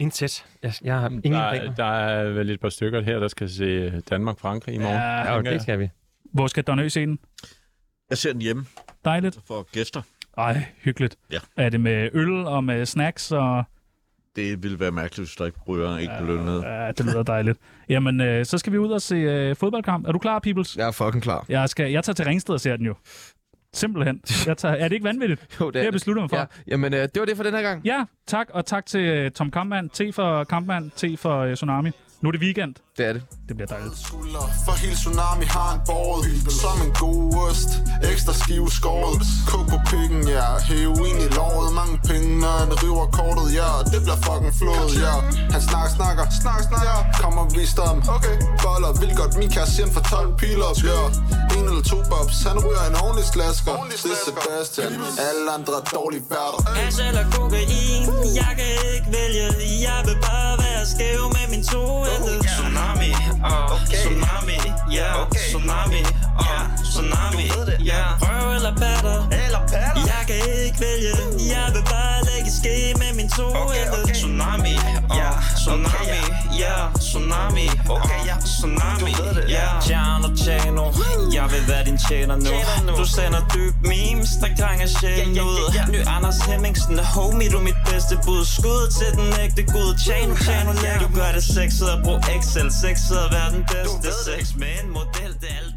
Intet. Jeg, jeg har ingen
Der,
planer.
der er vel et par stykker her, der skal se Danmark-Frankrig i morgen.
Ja,
Ja,
tænker
okay. det
jeg.
skal vi.
Hvor skal Don Ø se den?
jeg ser den hjemme
Dejligt.
for gæster.
Ej, hyggeligt.
Ja.
Er det med øl og med snacks? Og,
Det ville være mærkeligt, hvis der ikke ryger ikke blev lønnet.
ja, det lyder dejligt. Jamen, øh, så skal vi ud og se øh, fodboldkamp. Er du klar, Peoples?
Jeg er fucking klar.
Jeg, skal, jeg tager til Ringsted og ser den jo. Simpelthen. Jeg tager, er det ikke vanvittigt?
Jo, det
Det har jeg besluttet mig for.
Ja, jamen, øh, det var det for den her gang.
Ja, tak, og tak til øh, Tom Kampmann. T for Kampmann, T for øh, Tsunami. Nu er det weekend.
Det er det.
Det bliver dejligt.
skulder For hele tsunami har en båret Som en god ost Ekstra skive skåret Kog på pikken, ja Heroin i låret Mange penge, når han river kortet, ja Det bliver fucking flået, ja Han snak, snakker, snak, snakker ja. Kommer vi dem Okay Boller, vil godt min kasseren for 12 piler, ja En eller to bobs Han ryger en ordentlig slasker Det er Sebastian Alle andre er dårlige værter
Hash eller kokain Jeg kan ikke vælge Jeg vil bare være skæv med min to Tsunami, ah, tsunami, ja Tsunami, ah, tsunami, ja Røv eller patter Jeg kan ikke vælge Jeg vil bare lægge ske med min to Tsunami, ja Tsunami, ja Tsunami, ah, tsunami, ja Tjano, tjano Jeg vil være din tjener nu Du sender dyb memes, der krænger sjælen ud Ny Anders Hemmingsen er homie, du er mit bedste bud Skud til den ægte gud Tjano, tjano, lad Du gør det sexet at bruge Excel Sexet at være den bedste sex med en model, det er alt